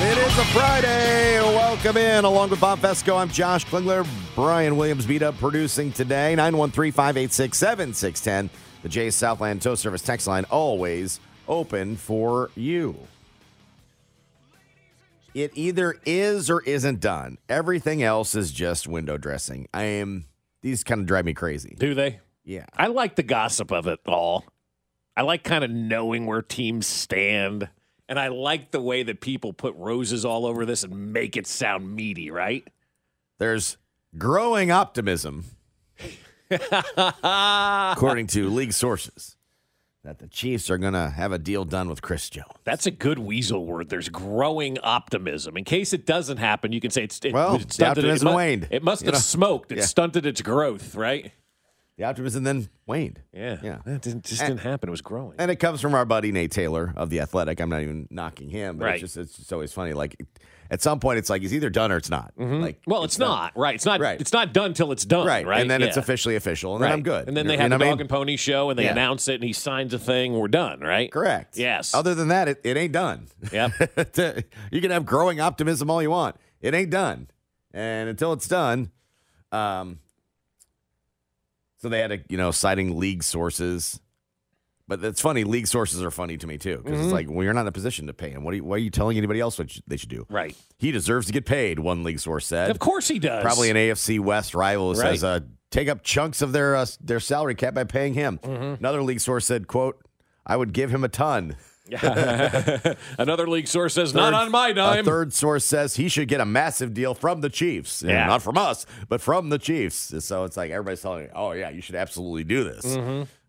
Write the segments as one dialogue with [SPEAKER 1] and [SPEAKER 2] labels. [SPEAKER 1] It is a Friday. Welcome in. Along with Bob Fesco, I'm Josh Klingler. Brian Williams beat up producing today. 913 586 7610. The Jay's Southland Tow Service text line always open for you. It either is or isn't done. Everything else is just window dressing. I am, these kind of drive me crazy.
[SPEAKER 2] Do they?
[SPEAKER 1] Yeah.
[SPEAKER 2] I like the gossip of it all. I like kind of knowing where teams stand. And I like the way that people put roses all over this and make it sound meaty, right?
[SPEAKER 1] There's growing optimism, according to league sources, that the Chiefs are going to have a deal done with Chris Jones.
[SPEAKER 2] That's a good weasel word. There's growing optimism. In case it doesn't happen, you can say it's it,
[SPEAKER 1] Well,
[SPEAKER 2] it
[SPEAKER 1] the
[SPEAKER 2] stunted. It,
[SPEAKER 1] optimism
[SPEAKER 2] mu-
[SPEAKER 1] waned,
[SPEAKER 2] it must
[SPEAKER 1] you
[SPEAKER 2] have
[SPEAKER 1] know?
[SPEAKER 2] smoked. It
[SPEAKER 1] Yeah.
[SPEAKER 2] stunted its growth, right?
[SPEAKER 1] The optimism then waned.
[SPEAKER 2] Yeah.
[SPEAKER 1] Yeah.
[SPEAKER 2] It didn't, just
[SPEAKER 1] And-
[SPEAKER 2] didn't happen. It was growing.
[SPEAKER 1] And it comes from our buddy Nate Taylor of The Athletic. I'm not even knocking him, but
[SPEAKER 2] Right.
[SPEAKER 1] it's just it's just always funny. Like at some point it's like he's either done or it's not. Like
[SPEAKER 2] Mm-hmm. well, it's, not, right? It's not
[SPEAKER 1] Right.
[SPEAKER 2] it's not done till it's done, right?
[SPEAKER 1] Right. And then it's
[SPEAKER 2] Yeah.
[SPEAKER 1] officially official. And
[SPEAKER 2] Right.
[SPEAKER 1] then I'm good.
[SPEAKER 2] And then
[SPEAKER 1] You
[SPEAKER 2] they
[SPEAKER 1] know
[SPEAKER 2] have a
[SPEAKER 1] what I
[SPEAKER 2] dog
[SPEAKER 1] mean?
[SPEAKER 2] and pony show, and they
[SPEAKER 1] Yeah.
[SPEAKER 2] announce it, and he signs a thing. We're done, right?
[SPEAKER 1] Correct.
[SPEAKER 2] Yes.
[SPEAKER 1] Other than that, it, it ain't done.
[SPEAKER 2] Yep.
[SPEAKER 1] you can have growing optimism all you want. It ain't done. And until it's done, um, so they had a, you know, citing league sources. But that's funny. League sources are funny to me too. Because
[SPEAKER 2] Mm-hmm.
[SPEAKER 1] it's like, well, you're not in a position to pay him. What are you, why are you telling anybody else what sh- they should do?
[SPEAKER 2] Right.
[SPEAKER 1] He deserves to get paid, one league source said.
[SPEAKER 2] Of course he does.
[SPEAKER 1] Probably an AFC West rival who says,
[SPEAKER 2] Right.
[SPEAKER 1] uh, take up chunks of their uh, their salary cap by paying him.
[SPEAKER 2] Mm-hmm.
[SPEAKER 1] Another league source said, quote, I would give him a ton.
[SPEAKER 2] Another league source says, not
[SPEAKER 1] Third-
[SPEAKER 2] on my
[SPEAKER 1] A
[SPEAKER 2] dime.
[SPEAKER 1] third source says he should get a massive deal from the Chiefs. And
[SPEAKER 2] Yeah.
[SPEAKER 1] Not from us, but from the Chiefs. So it's like everybody's telling you, oh, yeah, you should absolutely do this.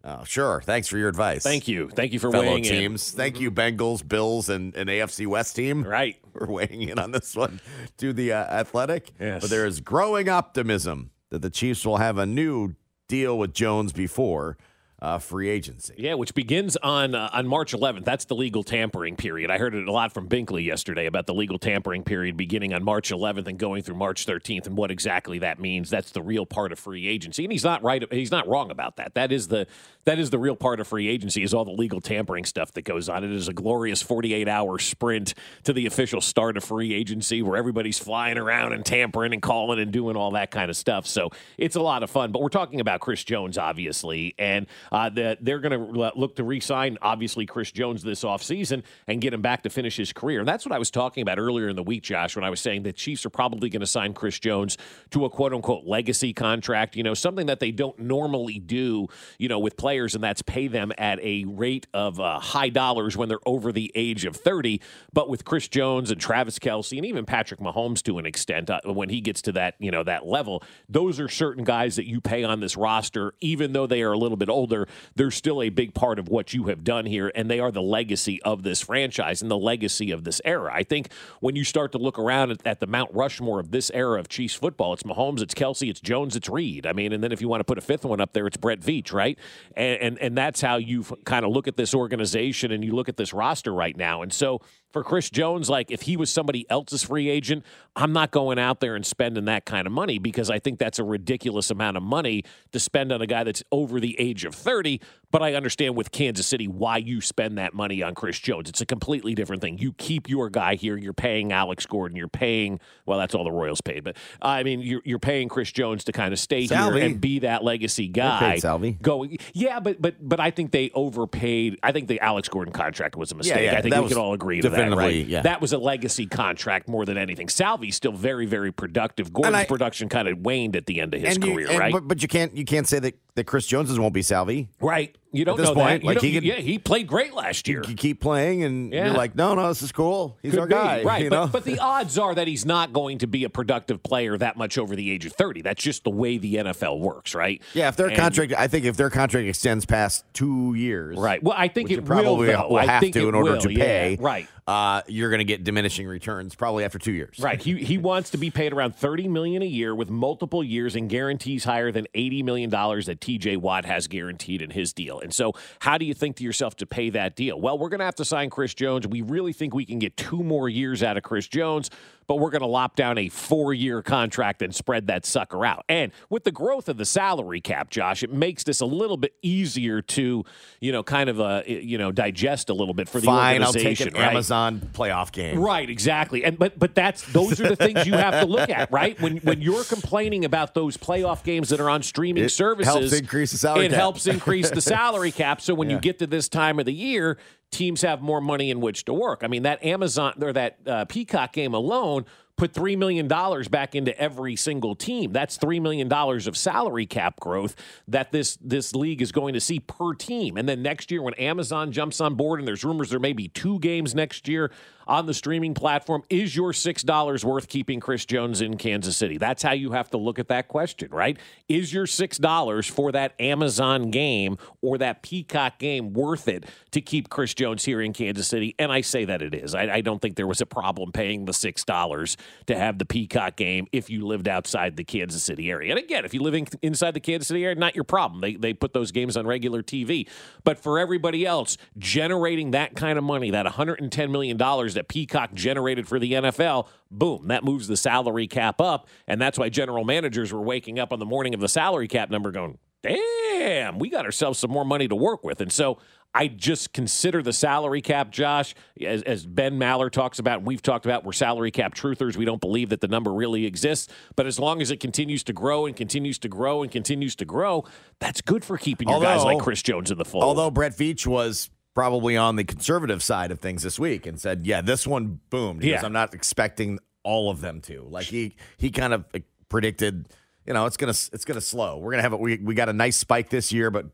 [SPEAKER 1] Oh, sure. Thanks for your advice.
[SPEAKER 2] Mm-hmm. Thank you. Thank you for
[SPEAKER 1] Fellow
[SPEAKER 2] weighing
[SPEAKER 1] teams. Thank you, Bengals, Bills, and an AFC West team.
[SPEAKER 2] in. Right.
[SPEAKER 1] We're weighing in on this one to the uh, athletic.
[SPEAKER 2] Yes.
[SPEAKER 1] But there is growing optimism that the Chiefs will have a new deal with Jones before uh, free agency.
[SPEAKER 2] Yeah, which begins on uh, on March 11th. That's the legal tampering period. I heard it a lot from Binkley yesterday about the legal tampering period beginning on March 11th and going through March 13th and what exactly that means. That's the real part of free agency, and he's not right. He's not wrong about that. That is the that is the real part of free agency is all the legal tampering stuff that goes on. It is a glorious 48 hour sprint to the official start of free agency where everybody's flying around and tampering and calling and doing all that kind of stuff. So it's a lot of fun. But we're talking about Chris Jones, obviously, and uh, that they're going to look to re sign, obviously, Chris Jones this offseason and get him back to finish his career. And that's what I was talking about earlier in the week, Josh, when I was saying the Chiefs are probably going to sign Chris Jones to a quote unquote legacy contract, you know, something that they don't normally do, you know, with players, and that's pay them at a rate of uh, high dollars when they're over the age of 30. But with Chris Jones and Travis Kelsey and even Patrick Mahomes to an extent, uh, when he gets to that, you know, that level, those are certain guys that you pay on this roster, even though they are a little bit older, they're still a big part of what you have done here, and they are the legacy of this franchise and the legacy of this era. I think when you start to look around at, at the Mount Rushmore of this era of Chiefs football, it's Mahomes, it's Kelsey, it's Jones, it's Reed. I mean, and then if you want to put a fifth one up there, it's Brett Veach, right? And and, and that's how you kind of look at this organization and you look at this roster right now. And so for Chris Jones, like if he was somebody else's free agent, I'm not going out there and spending that kind of money because I think that's a ridiculous amount of money to spend on a guy that's over the age of 30. But I understand with Kansas City why you spend that money on Chris Jones. It's a completely different thing. You keep your guy here. You're paying Alex Gordon. You're paying well. That's all the Royals paid, but uh, I mean, you're, you're paying Chris Jones to kind of stay
[SPEAKER 1] Salvi.
[SPEAKER 2] here and be that legacy guy.
[SPEAKER 1] paid Salvi.
[SPEAKER 2] Going, yeah, but but but I think they overpaid. I think the Alex Gordon contract was a mistake.
[SPEAKER 1] yeah,
[SPEAKER 2] I think
[SPEAKER 1] that
[SPEAKER 2] we
[SPEAKER 1] was
[SPEAKER 2] could all agree to that,
[SPEAKER 1] definitively,
[SPEAKER 2] right?
[SPEAKER 1] yeah.
[SPEAKER 2] That was a legacy contract more than anything. Salvi's still very very productive. Gordon's
[SPEAKER 1] I-
[SPEAKER 2] production kind of waned at the end of his
[SPEAKER 1] and you-
[SPEAKER 2] career,
[SPEAKER 1] and-
[SPEAKER 2] right?
[SPEAKER 1] But, but you can't you can't say that, that Chris Jones won't be Salvi.
[SPEAKER 2] Right. You don't
[SPEAKER 1] this
[SPEAKER 2] know
[SPEAKER 1] point,
[SPEAKER 2] that. You
[SPEAKER 1] like,
[SPEAKER 2] don't-
[SPEAKER 1] he could-
[SPEAKER 2] yeah, he played great last year.
[SPEAKER 1] You keep playing, and
[SPEAKER 2] Yeah.
[SPEAKER 1] you're like, no, no, this is cool. He's
[SPEAKER 2] Could
[SPEAKER 1] our
[SPEAKER 2] be,
[SPEAKER 1] guy,
[SPEAKER 2] right?
[SPEAKER 1] You
[SPEAKER 2] but,
[SPEAKER 1] know?
[SPEAKER 2] but the odds are that he's not going to be a productive player that much over the age of thirty. That's just the way the NFL works, right?
[SPEAKER 1] yeah, if their
[SPEAKER 2] And-
[SPEAKER 1] contract, I think if their contract extends past two years,
[SPEAKER 2] right? Well, I think
[SPEAKER 1] which
[SPEAKER 2] it
[SPEAKER 1] you probably
[SPEAKER 2] will. though.
[SPEAKER 1] will
[SPEAKER 2] I
[SPEAKER 1] have
[SPEAKER 2] think
[SPEAKER 1] to
[SPEAKER 2] it
[SPEAKER 1] in order
[SPEAKER 2] will,
[SPEAKER 1] to
[SPEAKER 2] yeah,
[SPEAKER 1] pay.
[SPEAKER 2] right?
[SPEAKER 1] Uh, you're going to get diminishing returns probably after two years.
[SPEAKER 2] Right. He he wants to be paid around thirty million a year with multiple years and guarantees higher than eighty million dollars that TJ Watt has guaranteed in his deal. And so how do you think to yourself to pay that deal? Well, we're gonna have to sign Chris Jones. We really think we can get two more years out of Chris Jones, but we're gonna lop down a four year contract and spread that sucker out. And with the growth of the salary cap, Josh, it makes this a little bit easier to, you know, kind of uh, you know, digest a little bit for the
[SPEAKER 1] Fine, I'll take
[SPEAKER 2] organization.
[SPEAKER 1] an
[SPEAKER 2] right?
[SPEAKER 1] Amazon playoff game.
[SPEAKER 2] Right, exactly. And but but that's those are the things you have to look at, right? When when you're complaining about those playoff games that are on streaming
[SPEAKER 1] It
[SPEAKER 2] services,
[SPEAKER 1] helps increase the salary
[SPEAKER 2] It
[SPEAKER 1] cap.
[SPEAKER 2] helps increase the salary cap. So when you get to this time of the year, teams have more money in which to work. I mean, that Amazon or that uh, Peacock game alone put three million dollars back into every single team. That's three million dollars of salary cap growth that this this league is going to see per team. And then next year, when Amazon jumps on board, and there's rumors there may be two games next year on the streaming platform, is your six dollars worth keeping Chris Jones in Kansas City? That's how you have to look at that question, right? Is your six dollars for that Amazon game or that Peacock game worth it to keep Chris Jones here in Kansas City? And I say that it is. I, I don't think there was a problem paying the six dollars to have the Peacock game if you lived outside the Kansas City area. And again, if you live in, inside the Kansas City area, not your problem. They they put those games on regular TV. But for everybody else, generating that kind of money, that 110 million dollars that Peacock generated for the NFL, boom, that moves the salary cap up, and that's why general managers were waking up on the morning of the salary cap number going, "Damn, we got ourselves some more money to work with." And so I just consider the salary cap, Josh, as, as Ben Maller talks about, and we've talked about, we're salary cap truthers. We don't believe that the number really exists. But as long as it continues to grow and continues to grow and continues to grow, that's good for keeping your guys
[SPEAKER 1] Although-
[SPEAKER 2] like Chris Jones in the fold.
[SPEAKER 1] Although Brett Veach was probably on the conservative side of things this week and said, "Yeah, this one boomed." He
[SPEAKER 2] Yeah.
[SPEAKER 1] goes, I'm not expecting all of them to. Like he he kind of uh, predicted, you know, it's gonna it's gonna slow. We're gonna have it. We we got a nice spike this year, but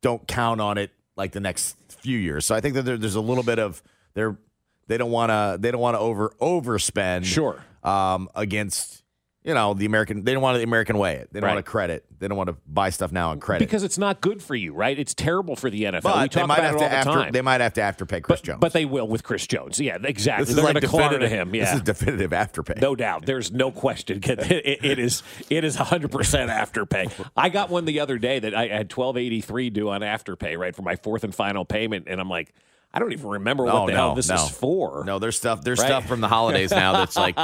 [SPEAKER 1] don't count on it like the next few years. So I think that there, there's a little bit of they're they don't want to they don't want to over overspend.
[SPEAKER 2] Sure.
[SPEAKER 1] Um, against. You know the American. They don't want the American way. It. They don't
[SPEAKER 2] Right.
[SPEAKER 1] want to credit. They don't want to buy stuff now on credit.
[SPEAKER 2] because it's not good for you, right? It's terrible for the NFL. we
[SPEAKER 1] But
[SPEAKER 2] talk
[SPEAKER 1] they might
[SPEAKER 2] about
[SPEAKER 1] have
[SPEAKER 2] it
[SPEAKER 1] to
[SPEAKER 2] all the
[SPEAKER 1] after
[SPEAKER 2] time.
[SPEAKER 1] they might have to afterpay Chris
[SPEAKER 2] but,
[SPEAKER 1] Jones.
[SPEAKER 2] but they will with Chris Jones. Yeah, exactly.
[SPEAKER 1] this is
[SPEAKER 2] They're
[SPEAKER 1] like
[SPEAKER 2] going to claw to
[SPEAKER 1] definitive-
[SPEAKER 2] him. Yeah.
[SPEAKER 1] This is definitive afterpay.
[SPEAKER 2] No doubt. There's no question. It, it is it is 100% afterpay. I got one the other day that I had 1283 due on afterpay, right, for my fourth and final payment. And I'm like, I don't even remember what
[SPEAKER 1] Oh,
[SPEAKER 2] the
[SPEAKER 1] no,
[SPEAKER 2] hell this
[SPEAKER 1] no.
[SPEAKER 2] is for.
[SPEAKER 1] No, there's stuff. There's
[SPEAKER 2] Right.
[SPEAKER 1] stuff from the holidays now that's like,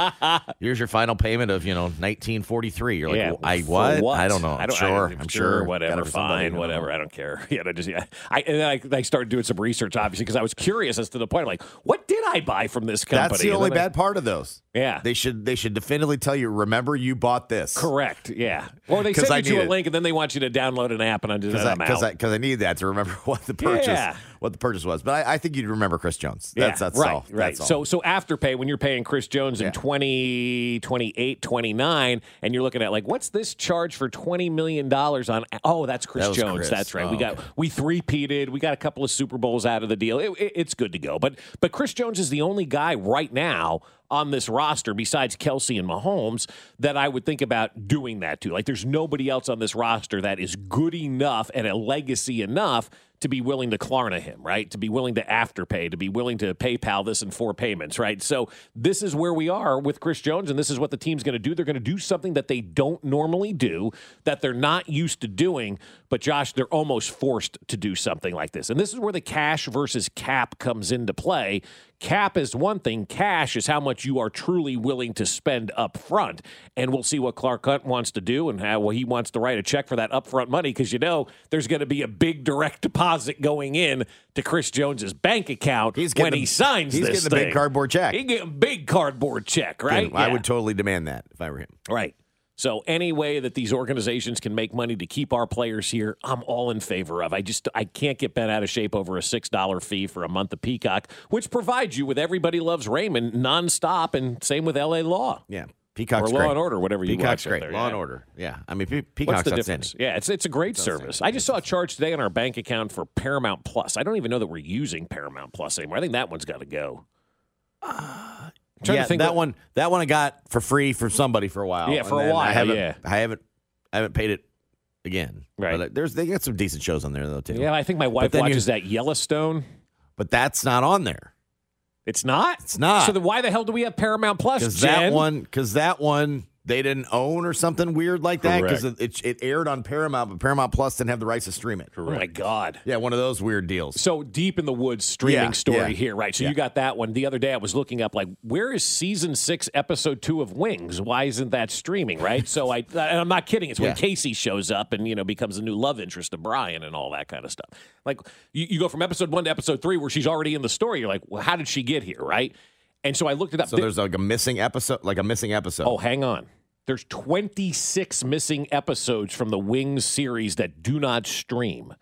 [SPEAKER 1] here's your final payment of you know 1943. You're like,
[SPEAKER 2] Yeah,
[SPEAKER 1] well, I
[SPEAKER 2] for
[SPEAKER 1] what? I don't know. I'm
[SPEAKER 2] I don't, I
[SPEAKER 1] sure.
[SPEAKER 2] don't-
[SPEAKER 1] I'm sure. Got
[SPEAKER 2] Whatever.
[SPEAKER 1] it for somebody,
[SPEAKER 2] Fine.
[SPEAKER 1] you know.
[SPEAKER 2] Whatever. I don't care. Yeah. I just. Yeah. I and then I, I started doing some research, obviously, because I was curious as to the point. I'm like, what did I buy from this company?
[SPEAKER 1] That's the
[SPEAKER 2] And
[SPEAKER 1] only
[SPEAKER 2] then I-
[SPEAKER 1] bad part of those.
[SPEAKER 2] Yeah.
[SPEAKER 1] They should. They should definitively tell you. Remember, you bought this.
[SPEAKER 2] Correct. Yeah. Or they
[SPEAKER 1] 'Cause I
[SPEAKER 2] send you
[SPEAKER 1] need
[SPEAKER 2] to a
[SPEAKER 1] it.
[SPEAKER 2] link, and then they want you to download an app, and I'm just
[SPEAKER 1] Because
[SPEAKER 2] I'm
[SPEAKER 1] I, cause
[SPEAKER 2] out.
[SPEAKER 1] I, 'cause I need that to remember what the purchase
[SPEAKER 2] Yeah.
[SPEAKER 1] what the purchase was. But I, I think you'd remember Chris Jones. That's that's
[SPEAKER 2] right,
[SPEAKER 1] all.
[SPEAKER 2] Right.
[SPEAKER 1] That's all.
[SPEAKER 2] So so afterpay when you're paying Chris Jones in
[SPEAKER 1] Yeah.
[SPEAKER 2] twenty, twenty-eight, twenty-nine, 20, 28, 29 and you're looking at like what's this charge for 20 million dollars on Oh, that's Chris
[SPEAKER 1] That was
[SPEAKER 2] Jones.
[SPEAKER 1] Chris.
[SPEAKER 2] That's right. we
[SPEAKER 1] Oh,
[SPEAKER 2] got
[SPEAKER 1] okay.
[SPEAKER 2] we three-peated. We got a couple of Super Bowls out of the deal. It, it- it's good to go. But but Chris Jones is the only guy right now on this roster besides Kelsey and Mahomes that I would think about doing that to. Like there's nobody else on this roster that is good enough and a legacy enough to be willing to Klarna him, right? To be willing to afterpay, to be willing to PayPal this in four payments, right? So this is where we are with Chris Jones, and this is what the team's going to do. They're going to do something that they don't normally do, that they're not used to doing. But Josh, they're almost forced to do something like this, and this is where the cash versus cap comes into play. Cap is one thing, cash is how much you are truly willing to spend up front. And we'll see what Clark Hunt wants to do and how he wants to write a check for that upfront money because you know there's going to be a big direct deposit going in to Chris Jones's bank account
[SPEAKER 1] He's getting
[SPEAKER 2] when
[SPEAKER 1] the-
[SPEAKER 2] he signs
[SPEAKER 1] he's
[SPEAKER 2] this
[SPEAKER 1] getting the big
[SPEAKER 2] thing.
[SPEAKER 1] cardboard check.
[SPEAKER 2] He get a big cardboard check, right?
[SPEAKER 1] I
[SPEAKER 2] Yeah.
[SPEAKER 1] would totally demand that if I were him.
[SPEAKER 2] Right. So any way that these organizations can make money to keep our players here, I'm all in favor of. I just I can't get bent out of shape over a six dollar fee for a month of Peacock, which provides you with everybody loves Raymond nonstop, and same with L.A. Law
[SPEAKER 1] Yeah, Peacock's
[SPEAKER 2] or Law
[SPEAKER 1] great.
[SPEAKER 2] and Order, whatever you
[SPEAKER 1] Peacock's
[SPEAKER 2] watch out
[SPEAKER 1] great.
[SPEAKER 2] there,
[SPEAKER 1] Law
[SPEAKER 2] yeah.
[SPEAKER 1] and Order. Yeah, I mean Pe- Peacock's
[SPEAKER 2] What's the
[SPEAKER 1] outstanding.
[SPEAKER 2] difference? Yeah, it's it's a great service. I just saw a charge today on our bank account for Paramount Plus. I don't even know that we're using Paramount Plus anymore. I think that one's got to go. I'm trying
[SPEAKER 1] Uh, yeah,
[SPEAKER 2] to think
[SPEAKER 1] that
[SPEAKER 2] what-
[SPEAKER 1] one. That one I got for free from somebody for a while.
[SPEAKER 2] Yeah,
[SPEAKER 1] and
[SPEAKER 2] for a
[SPEAKER 1] then I
[SPEAKER 2] while,
[SPEAKER 1] haven't,
[SPEAKER 2] yeah.
[SPEAKER 1] I haven't. I haven't paid it again.
[SPEAKER 2] Right.
[SPEAKER 1] But uh, there's they got some decent shows on there though too.
[SPEAKER 2] Yeah, I think my wife
[SPEAKER 1] then you-
[SPEAKER 2] watches that Yellowstone.
[SPEAKER 1] But that's not on there
[SPEAKER 2] It's not.
[SPEAKER 1] It's not.
[SPEAKER 2] So then why the hell do we have Paramount Plus?
[SPEAKER 1] because
[SPEAKER 2] Jen?
[SPEAKER 1] that one because that one they didn't own or something weird like that because it, it it aired on Paramount but Paramount Plus didn't have the rights to stream it.
[SPEAKER 2] Oh my God.
[SPEAKER 1] Yeah, one of those weird deals.
[SPEAKER 2] So deep in the woods streaming
[SPEAKER 1] Yeah,
[SPEAKER 2] story
[SPEAKER 1] yeah.
[SPEAKER 2] here, right? So you got that one. The other day I was looking up like, where is season six, episode two of Wings? Why isn't that streaming, right? so I, and I'm not kidding. It's when
[SPEAKER 1] Yeah.
[SPEAKER 2] Casey shows up and you know becomes the new love interest of Brian and all that kind of stuff. Like you, you go from episode one to episode three where she's already in the story. You're like, well, how did she get here, right? And so I looked it up.
[SPEAKER 1] So
[SPEAKER 2] Th-
[SPEAKER 1] there's like a missing episode, like a missing episode.
[SPEAKER 2] Oh, hang on. There's 26 missing episodes from the Wings series that do not stream.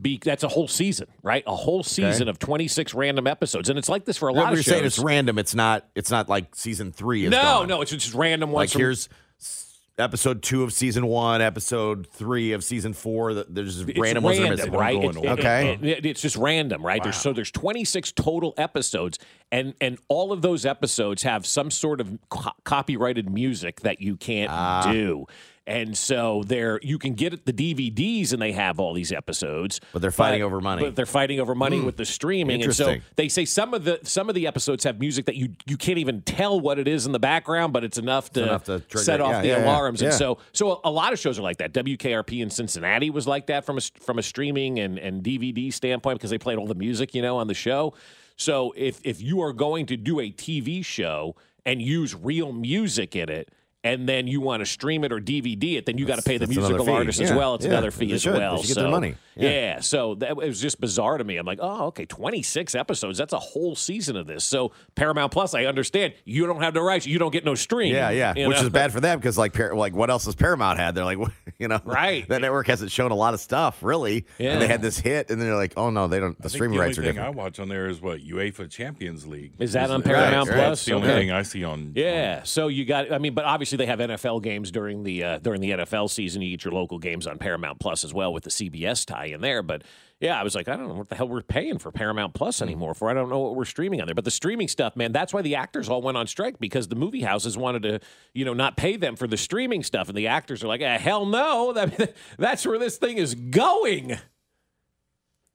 [SPEAKER 2] Be, that's a whole season, right? A whole season of 26 random episodes, and it's like this for a
[SPEAKER 1] No,
[SPEAKER 2] lot
[SPEAKER 1] we
[SPEAKER 2] of
[SPEAKER 1] were
[SPEAKER 2] shows.
[SPEAKER 1] saying it's random. It's not. It's not like season three. Is
[SPEAKER 2] no,
[SPEAKER 1] gone.
[SPEAKER 2] no, it's just random ones.
[SPEAKER 1] Like
[SPEAKER 2] from-
[SPEAKER 1] here's s- episode two of season one, episode three of season four. th- There's just
[SPEAKER 2] it's
[SPEAKER 1] random, ones that are missing.
[SPEAKER 2] right? It- it-
[SPEAKER 1] okay.
[SPEAKER 2] it- it- it's just random, right? There's, so there's 26 total episodes, and and all of those episodes have some sort of co- copyrighted music that you can't
[SPEAKER 1] Ah.
[SPEAKER 2] do. And so there, you can get the DVDs, and they have all these episodes.
[SPEAKER 1] But they're fighting over money. Hmm.
[SPEAKER 2] But they're fighting over money with the streaming, and so
[SPEAKER 1] interesting.
[SPEAKER 2] they say some of the some of the episodes have music that you you can't even tell what it is in the background, but it's enough to,
[SPEAKER 1] enough to trigger
[SPEAKER 2] set
[SPEAKER 1] it.
[SPEAKER 2] off
[SPEAKER 1] Yeah,
[SPEAKER 2] the
[SPEAKER 1] yeah, yeah.
[SPEAKER 2] alarms. And
[SPEAKER 1] Yeah.
[SPEAKER 2] so so a, a lot of shows are like that. WKRP in Cincinnati was like that from a from a streaming and, and DVD standpoint because they played all the music, you know, on the show. So if if you are going to do a TV show and use real music in it, and then you want to stream it or DVD it, then you got to pay the
[SPEAKER 1] that's another
[SPEAKER 2] musical
[SPEAKER 1] fee.
[SPEAKER 2] artist as
[SPEAKER 1] Yeah,
[SPEAKER 2] well. It's
[SPEAKER 1] yeah,
[SPEAKER 2] another fee
[SPEAKER 1] they
[SPEAKER 2] as
[SPEAKER 1] should. They
[SPEAKER 2] well.
[SPEAKER 1] should get
[SPEAKER 2] so
[SPEAKER 1] their money.
[SPEAKER 2] Yeah.
[SPEAKER 1] Yeah.
[SPEAKER 2] so that it was just bizarre to me. I'm like, oh, okay, 26 episodes. That's a whole season of this. So Paramount Plus, I understand you don't have the rights, you don't get no stream.
[SPEAKER 1] Yeah, yeah,
[SPEAKER 2] you
[SPEAKER 1] which
[SPEAKER 2] know?
[SPEAKER 1] is bad for them because like, Par- like what else has Paramount had? They're like, you know,
[SPEAKER 2] Right.
[SPEAKER 1] That network hasn't shown a lot of stuff really,
[SPEAKER 2] Yeah.
[SPEAKER 1] and they had this hit, and they're like, oh no, they don't. The
[SPEAKER 3] I think
[SPEAKER 1] streaming
[SPEAKER 3] the
[SPEAKER 1] rights are
[SPEAKER 3] only thing
[SPEAKER 1] different.
[SPEAKER 3] I watch on there is what UEFA Champions League.
[SPEAKER 2] Is that on
[SPEAKER 3] it-
[SPEAKER 2] Paramount
[SPEAKER 3] That's
[SPEAKER 2] Plus?
[SPEAKER 3] the only
[SPEAKER 2] Okay.
[SPEAKER 3] thing I see on.
[SPEAKER 2] Yeah, so you got. I mean, but obviously they have NFL games during the uh, during the NFL season. You get your local games on Paramount Plus as well with the CBS tie in there. But yeah, I was like, I don't know what the hell we're paying for Paramount
[SPEAKER 1] Hmm.
[SPEAKER 2] Plus anymore for. I don't know what we're streaming on there. But the streaming stuff, man, that's why the actors all went on strike because the movie houses wanted to, you know, not pay them for the streaming stuff, and the actors are like, eh, hell no, that, that's where this thing is going.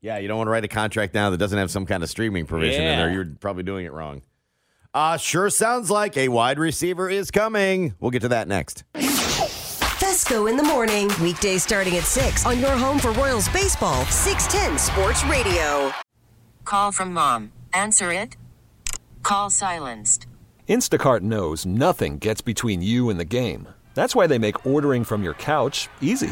[SPEAKER 1] Yeah, you don't want to write a contract now that doesn't have some kind of streaming provision in there.
[SPEAKER 2] Yeah.
[SPEAKER 1] You're probably doing it wrong. Uh, sure sounds like a wide receiver is coming. We'll get to that next.
[SPEAKER 4] Fesco in the morning. Weekdays starting at 6 on your home for Royals baseball, 610 Sports Radio.
[SPEAKER 5] Call from mom. Answer it. Call silenced.
[SPEAKER 6] Instacart knows nothing gets between you and the game. That's why they make ordering from your couch easy.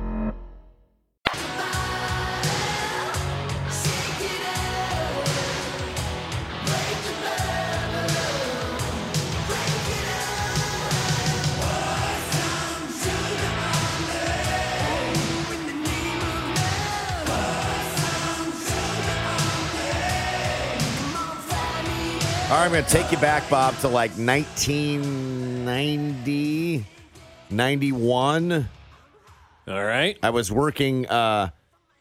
[SPEAKER 1] All right, I'm going to take you back, Bob, to like 1990, 91.
[SPEAKER 2] All right.
[SPEAKER 1] I was working uh,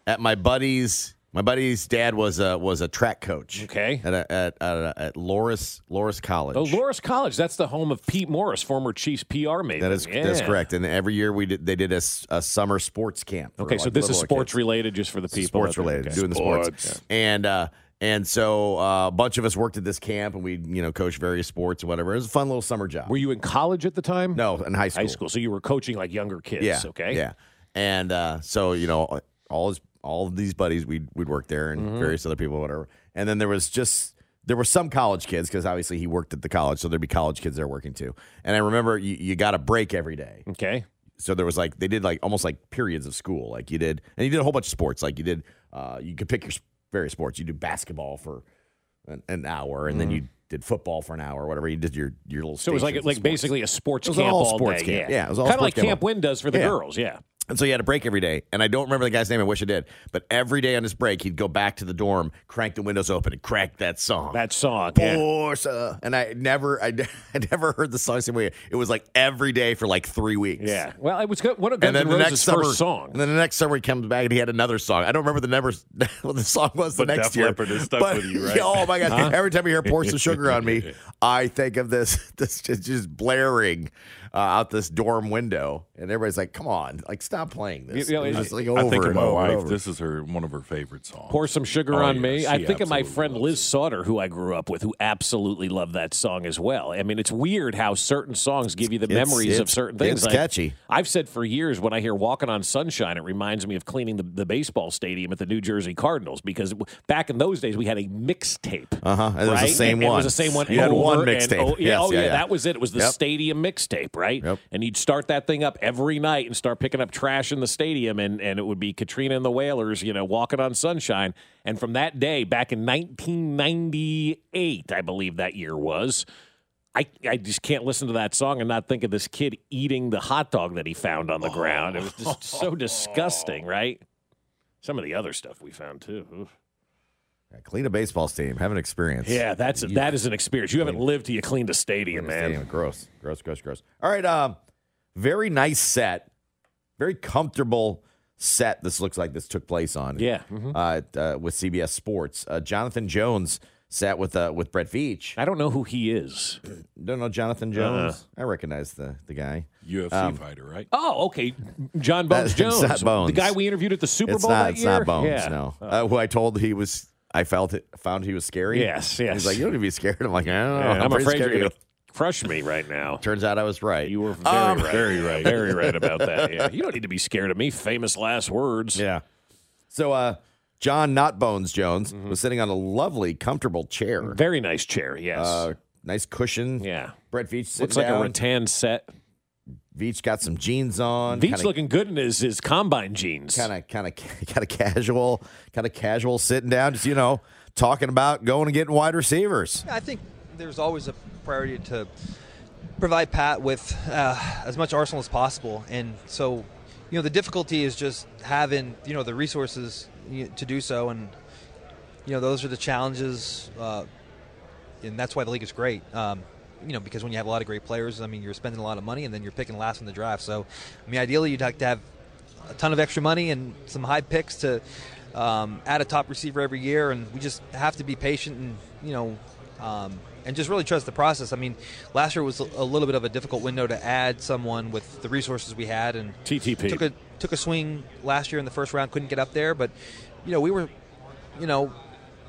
[SPEAKER 1] at my buddy's. My buddy's dad was a was a track coach.
[SPEAKER 2] Okay.
[SPEAKER 1] At a, at at, a, at Loris Loris College.
[SPEAKER 2] Oh, Loris College. That's the home of Pete Morris, former Chiefs PR maven.
[SPEAKER 1] That is that's correct. And every year we did they did a, s- a summer sports camp. for,
[SPEAKER 2] Okay, so
[SPEAKER 1] like,
[SPEAKER 2] this is
[SPEAKER 1] little
[SPEAKER 2] sports
[SPEAKER 1] kids.
[SPEAKER 2] related, just for the people.
[SPEAKER 1] sports
[SPEAKER 2] out there.
[SPEAKER 1] related,
[SPEAKER 2] Okay.
[SPEAKER 1] doing the sports. And uh, and so uh, a bunch of us worked at this camp, and we you know coached various sports and whatever. It was a fun little summer job.
[SPEAKER 2] Were you in college at the time?
[SPEAKER 1] no, in high school.
[SPEAKER 2] High school. So you were coaching like younger kids.
[SPEAKER 1] Yeah.
[SPEAKER 2] Okay.
[SPEAKER 1] Yeah. And uh, so you know all his, all of these buddies we'd we'd work there and
[SPEAKER 2] Mm-hmm.
[SPEAKER 1] various other people whatever. And then there was just there were some college kids because obviously he worked at the college, so there'd be college kids there working too. And I remember you, you got a break every day.
[SPEAKER 2] Okay.
[SPEAKER 1] so there was like they did like almost like periods of school like you did and you did a whole bunch of sports like you did uh, you could pick your s- various sports you do basketball for an, an hour and then you did football for an hour or whatever you did your your little
[SPEAKER 2] Mm-hmm. So it was like
[SPEAKER 1] stations of
[SPEAKER 2] like
[SPEAKER 1] sports.
[SPEAKER 2] basically a sports
[SPEAKER 1] It was an
[SPEAKER 2] camp
[SPEAKER 1] all
[SPEAKER 2] all
[SPEAKER 1] sports
[SPEAKER 2] day.
[SPEAKER 1] camp.
[SPEAKER 2] Yeah.
[SPEAKER 1] Yeah, it was all
[SPEAKER 2] kind of like
[SPEAKER 1] sports camp
[SPEAKER 2] Camp
[SPEAKER 1] all-
[SPEAKER 2] Wynn does for the
[SPEAKER 1] Yeah.
[SPEAKER 2] girls. Yeah.
[SPEAKER 1] and so you had a break every day and i don't remember the guy's name i wish i did but every day on his break he'd go back to the dorm crank the windows open and crank that song
[SPEAKER 2] That song. Yeah.
[SPEAKER 1] Borsa. And I never, I, I never heard the song the same way. It was like every day for like three weeks.
[SPEAKER 2] Yeah. Well, it was good. one of Guns N' Roses' first song.
[SPEAKER 1] And then the next summer he comes back and he had another song. I don't remember the number what the song was the
[SPEAKER 3] But
[SPEAKER 1] next
[SPEAKER 3] Def
[SPEAKER 1] year.
[SPEAKER 3] Leppard is stuck
[SPEAKER 1] but,
[SPEAKER 3] with you, right?
[SPEAKER 1] yeah, oh my god! Every time you hear "Pour Some Sugar on Me," I think of this this just, just blaring uh, out this dorm window, and everybody's like, "Come on, like stop playing this."
[SPEAKER 2] You know,
[SPEAKER 1] And
[SPEAKER 2] it-
[SPEAKER 1] it's like
[SPEAKER 3] I
[SPEAKER 1] over
[SPEAKER 3] think of
[SPEAKER 1] and
[SPEAKER 3] my
[SPEAKER 1] over and
[SPEAKER 3] wife.
[SPEAKER 1] over.
[SPEAKER 3] This is her one of her favorite songs.
[SPEAKER 2] Pour some sugar
[SPEAKER 3] Oh,
[SPEAKER 2] on
[SPEAKER 3] yeah,
[SPEAKER 2] me.
[SPEAKER 3] she
[SPEAKER 2] I think of my
[SPEAKER 3] absolutely
[SPEAKER 2] friend
[SPEAKER 3] loves
[SPEAKER 2] Liz
[SPEAKER 3] it.
[SPEAKER 2] Sauter, who I grew up with, who absolutely loved that song as well. I mean, it's weird how certain songs give you the
[SPEAKER 1] It's-
[SPEAKER 2] memories of
[SPEAKER 1] it's-
[SPEAKER 2] certain things.
[SPEAKER 1] it's catchy.
[SPEAKER 2] I've said for years when I hear "Walking on Sunshine," it reminds me of cleaning the, the baseball stadium at the New Jersey Cardinals because w- back in those days we had a mixtape.
[SPEAKER 1] Uh-huh, and it was the
[SPEAKER 2] right?
[SPEAKER 1] same
[SPEAKER 2] And It was
[SPEAKER 1] one.
[SPEAKER 2] the same one.
[SPEAKER 1] You had
[SPEAKER 2] over
[SPEAKER 1] one
[SPEAKER 2] and
[SPEAKER 1] mixtape.
[SPEAKER 2] o- yeah,
[SPEAKER 1] Yes,
[SPEAKER 2] oh
[SPEAKER 1] yeah,
[SPEAKER 2] yeah,
[SPEAKER 1] yeah.
[SPEAKER 2] that was it. It was the
[SPEAKER 1] Yep.
[SPEAKER 2] stadium mixtape, right?
[SPEAKER 1] Yep.
[SPEAKER 2] And you'd start that thing up every night and start picking up trash in the stadium, and, and it would be Katrina and the Whalers, you know, walking on sunshine. And from that day, back in 1998, I believe that year was, I, I just can't listen to that song and not think of this kid eating the hot dog that he found on the ground. It was just so disgusting, right? Some of the other stuff we found too. Oof.
[SPEAKER 1] Clean a baseball stadium, have an experience.
[SPEAKER 2] Yeah, that's that is an experience. You haven't lived till you cleaned a stadium, man.
[SPEAKER 1] Stadium. Gross, gross, gross, gross. All right. Um, very nice set. Very comfortable set. This looks like this took place on.
[SPEAKER 2] Yeah. mhm.
[SPEAKER 1] uh, at, uh, with CBS Sports. Uh, Jonathan Jones sat with uh, with Brett Veach.
[SPEAKER 2] I don't know who he is.
[SPEAKER 1] Don't know Jonathan
[SPEAKER 2] Uh-huh.
[SPEAKER 1] Jones. I recognize the the guy.
[SPEAKER 3] UFC fighter, right?
[SPEAKER 2] Oh, okay. John Bones
[SPEAKER 1] It's
[SPEAKER 2] Jones.
[SPEAKER 1] not Bones.
[SPEAKER 2] The guy we interviewed at the Super
[SPEAKER 1] It's
[SPEAKER 2] Bowl
[SPEAKER 1] not
[SPEAKER 2] that
[SPEAKER 1] it's
[SPEAKER 2] year.
[SPEAKER 1] not Bones.
[SPEAKER 2] yeah.
[SPEAKER 1] No,
[SPEAKER 2] Oh.
[SPEAKER 1] uh, who I told he was. I felt it, found he was scary.
[SPEAKER 2] Yes,
[SPEAKER 1] And
[SPEAKER 2] yes.
[SPEAKER 1] He's like, you don't need to be scared. I'm like, I don't know.
[SPEAKER 2] Yeah, I'm,
[SPEAKER 1] pretty
[SPEAKER 2] afraid you're
[SPEAKER 1] scared
[SPEAKER 2] going
[SPEAKER 1] of
[SPEAKER 2] to crush me right now.
[SPEAKER 1] you." Turns out I was right.
[SPEAKER 2] You were very
[SPEAKER 1] Um,
[SPEAKER 2] right. Very right. Very right about that. Yeah. Oh. You don't need to be scared of me. Famous last words.
[SPEAKER 1] Yeah. So, uh, John Not Bones Jones
[SPEAKER 2] Mm-hmm.
[SPEAKER 1] was sitting on a lovely, comfortable chair.
[SPEAKER 2] Very nice chair. Yes.
[SPEAKER 1] Uh, nice cushion.
[SPEAKER 2] yeah.
[SPEAKER 1] Brett Veach sitting
[SPEAKER 2] Looks like
[SPEAKER 1] down.
[SPEAKER 2] a rattan set.
[SPEAKER 1] Veach got some jeans on.
[SPEAKER 2] Veach
[SPEAKER 1] kinda
[SPEAKER 2] looking good in his, his combine jeans.
[SPEAKER 1] kind of kind of kind of casual, kind of casual sitting down, just you know, talking about going and getting wide receivers.
[SPEAKER 7] I think there's always a priority to provide Pat with uh, as much arsenal as possible, and so you know the difficulty is just having you know the resources you know, to do so, and you know those are the challenges, uh, and that's why the league is great. Um, you know, because when you have a lot of great players, I mean, you're spending a lot of money, and then you're picking last in the draft. So, I mean, ideally, you'd like to have a ton of extra money and some high picks to um, add a top receiver every year, and we just have to be patient and you know, um, and just really trust the process. I mean, last year was a a little bit of a difficult window to add someone with the resources we had, and
[SPEAKER 2] TTP.
[SPEAKER 7] took a took a swing last year in the first round, couldn't get up there, but you know, we were, you know,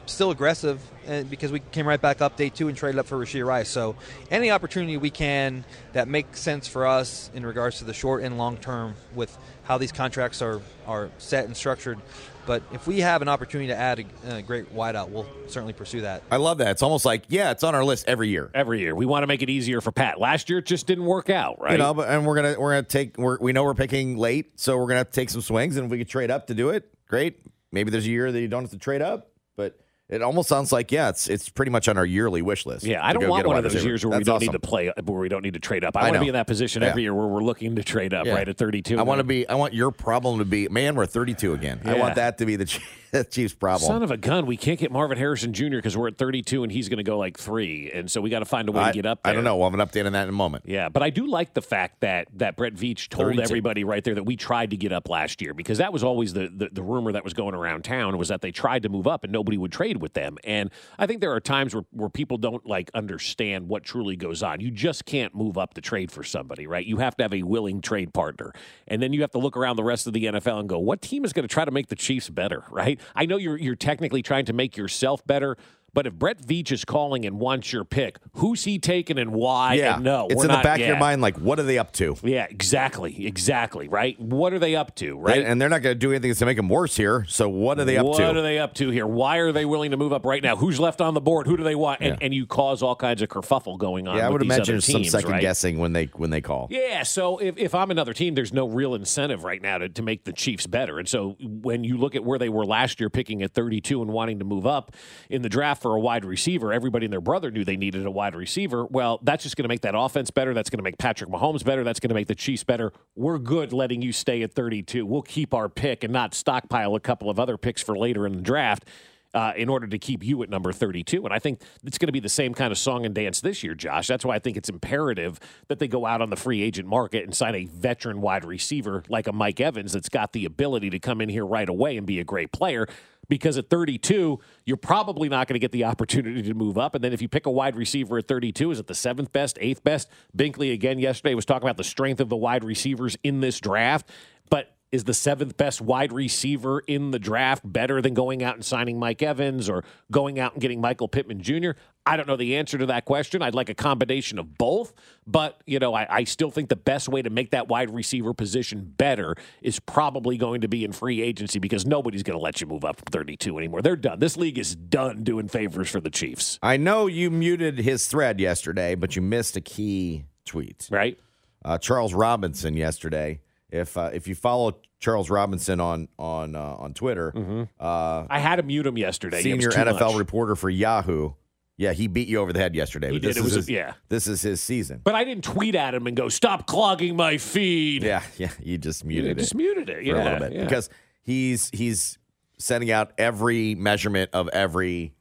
[SPEAKER 7] still aggressive and because we came right back up day two and traded up for Rasheed Rice. So any opportunity we can that makes sense for us in regards to the short and long term with how these contracts are, are set and structured. But if we have an opportunity to add a, a great wideout, we'll certainly pursue that.
[SPEAKER 1] I love that. It's almost like yeah, it's on our list every year.
[SPEAKER 2] Every year. We want to make it easier for Pat. Last year it just didn't work out, right?
[SPEAKER 1] You know, but, and we're gonna we're gonna take we're, we know we're picking late, so we're gonna have to take some swings, and if we could trade up to do it, great. Maybe there's a year that you don't have to trade up, but it almost sounds like yeah, it's it's pretty much on our yearly wish list.
[SPEAKER 2] Yeah,
[SPEAKER 1] to
[SPEAKER 2] I don't
[SPEAKER 1] go
[SPEAKER 2] want
[SPEAKER 1] get a
[SPEAKER 2] one
[SPEAKER 1] wide
[SPEAKER 2] of those
[SPEAKER 1] receiver.
[SPEAKER 2] years where we
[SPEAKER 1] That's
[SPEAKER 2] don't
[SPEAKER 1] awesome.
[SPEAKER 2] need to play, where we don't need to trade up.
[SPEAKER 1] I
[SPEAKER 2] I, want to
[SPEAKER 1] know.
[SPEAKER 2] be in that position
[SPEAKER 1] Yeah.
[SPEAKER 2] every year where we're looking to trade up,
[SPEAKER 1] Yeah.
[SPEAKER 2] right at 32.
[SPEAKER 1] I want to be. I want your problem to be, man. We're 32 again. I
[SPEAKER 2] Yeah.
[SPEAKER 1] want that to be the ch- Chiefs problem.
[SPEAKER 2] Son of a gun, we can't get Marvin Harrison Jr. because we're at 32 and he's going to go like three, and so we got to find a way
[SPEAKER 1] I,
[SPEAKER 2] to get up.
[SPEAKER 1] I
[SPEAKER 2] there.
[SPEAKER 1] don't know. We'll have an update on that in a moment.
[SPEAKER 2] Yeah, but I do like the fact that that Brett Veach told
[SPEAKER 1] 32.
[SPEAKER 2] everybody right there that we tried to get up last year because that was always the, the the rumor that was going around town was that they tried to move up and nobody would trade with them. And I think there are times where, where people don't like understand what truly goes on. You just can't move up to trade for somebody, right? You have to have a willing trade partner. And then you have to look around the rest of the NFL and go, what team is going to try to make the Chiefs better, right? I know you're you're technically trying to make yourself better. But if Brett Veach is calling and wants your pick, who's he taking and why?
[SPEAKER 1] yeah,
[SPEAKER 2] and no,
[SPEAKER 1] it's
[SPEAKER 2] we're
[SPEAKER 1] in the
[SPEAKER 2] not
[SPEAKER 1] back of your
[SPEAKER 2] yet.
[SPEAKER 1] mind. Like, what are they up to?
[SPEAKER 2] Yeah, exactly, exactly. Right. What are they up to? Right.
[SPEAKER 1] Right? And they're not going to do anything to make them worse here. So what are they up
[SPEAKER 2] what
[SPEAKER 1] to?
[SPEAKER 2] are they up to here? Why are they willing to move up right now? Who's left on the board? Who do they want? And,
[SPEAKER 1] Yeah.
[SPEAKER 2] and you cause all kinds of kerfuffle going on.
[SPEAKER 1] yeah, I would
[SPEAKER 2] with these
[SPEAKER 1] imagine
[SPEAKER 2] other
[SPEAKER 1] some
[SPEAKER 2] teams,
[SPEAKER 1] second
[SPEAKER 2] right?
[SPEAKER 1] guessing when they when they call.
[SPEAKER 2] Yeah, so if, if I'm another team, there's no real incentive right now to, to make the Chiefs better. And so when you look at where they were last year, picking at 32 and wanting to move up in the draft for a wide receiver, everybody and their brother knew they needed a wide receiver. Well, that's just going to make that offense better. That's going to make Patrick Mahomes better. That's going to make the Chiefs better. We're good letting you stay at 32. We'll keep our pick and not stockpile a couple of other picks for later in the draft. Uh, in order to keep you at number 32. And I think it's going to be the same kind of song and dance this year, Josh. That's why I think it's imperative that they go out on the free agent market and sign a veteran wide receiver like a Mike Evans that's got the ability to come in here right away and be a great player. Because at 32, you're probably not going to get the opportunity to move up. And then if you pick a wide receiver at 32, is it the seventh best, eighth best? Binkley again yesterday was talking about the strength of the wide receivers in this draft. But is the seventh best wide receiver in the draft better than going out and signing Mike Evans or going out and getting Michael Pittman Jr.? I don't know the answer to that question. I'd like a combination of both, but you know, I, I still think the best way to make that wide receiver position better is probably going to be in free agency because nobody's going to let you move up from 32 anymore. They're done. This league is done doing favors for the Chiefs,
[SPEAKER 1] I know you muted his thread yesterday, but you missed a key tweet.
[SPEAKER 2] right?
[SPEAKER 1] uh, Charles Robinson yesterday. If uh, if you follow Charles Robinson on on uh, on Twitter,
[SPEAKER 2] Mm-hmm.
[SPEAKER 1] uh,
[SPEAKER 2] I had to mute him yesterday. It was
[SPEAKER 1] senior
[SPEAKER 2] too
[SPEAKER 1] NFL
[SPEAKER 2] much.
[SPEAKER 1] reporter for Yahoo. Yeah, he beat you over the head yesterday.
[SPEAKER 2] He
[SPEAKER 1] but
[SPEAKER 2] did.
[SPEAKER 1] This
[SPEAKER 2] It
[SPEAKER 1] is
[SPEAKER 2] was a-
[SPEAKER 1] his,
[SPEAKER 2] yeah.
[SPEAKER 1] This is his season.
[SPEAKER 2] But I didn't tweet at him and go, "Stop clogging my feed."
[SPEAKER 1] Yeah, yeah. You just muted
[SPEAKER 2] Yeah,
[SPEAKER 1] it
[SPEAKER 2] just muted it
[SPEAKER 1] for a
[SPEAKER 2] yeah,
[SPEAKER 1] little bit
[SPEAKER 2] yeah.
[SPEAKER 1] because he's he's sending out every measurement of every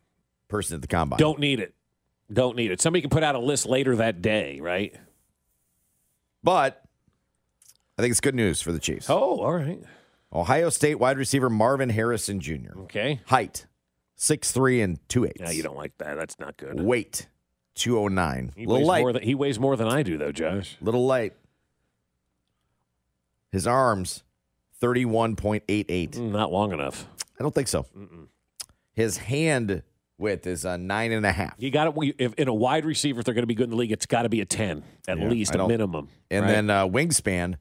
[SPEAKER 1] person at the combine.
[SPEAKER 2] don't need it. Don't need it. Somebody can put out a list later that day, right?
[SPEAKER 1] But I think it's good news for the Chiefs.
[SPEAKER 2] Oh, all right.
[SPEAKER 1] Ohio State wide receiver Marvin Harrison Jr.
[SPEAKER 2] Okay.
[SPEAKER 1] Height six three and two eights.
[SPEAKER 2] Yeah, you don't like that. That's not good.
[SPEAKER 1] Weight, 209.
[SPEAKER 2] He weighs,
[SPEAKER 1] little light.
[SPEAKER 2] more than, he weighs more than I do, though, Josh.
[SPEAKER 1] little light. His arms, 31.88.
[SPEAKER 2] Mm, Not long enough.
[SPEAKER 1] I don't think so. His hand width is a nine and a half.
[SPEAKER 2] You got to if in a wide receiver, if they're going to be good in the league, it's got to be a ten at
[SPEAKER 1] Yeah,
[SPEAKER 2] least,
[SPEAKER 1] I
[SPEAKER 2] a
[SPEAKER 1] don't-
[SPEAKER 2] minimum.
[SPEAKER 1] and
[SPEAKER 2] right?
[SPEAKER 1] then uh, wingspan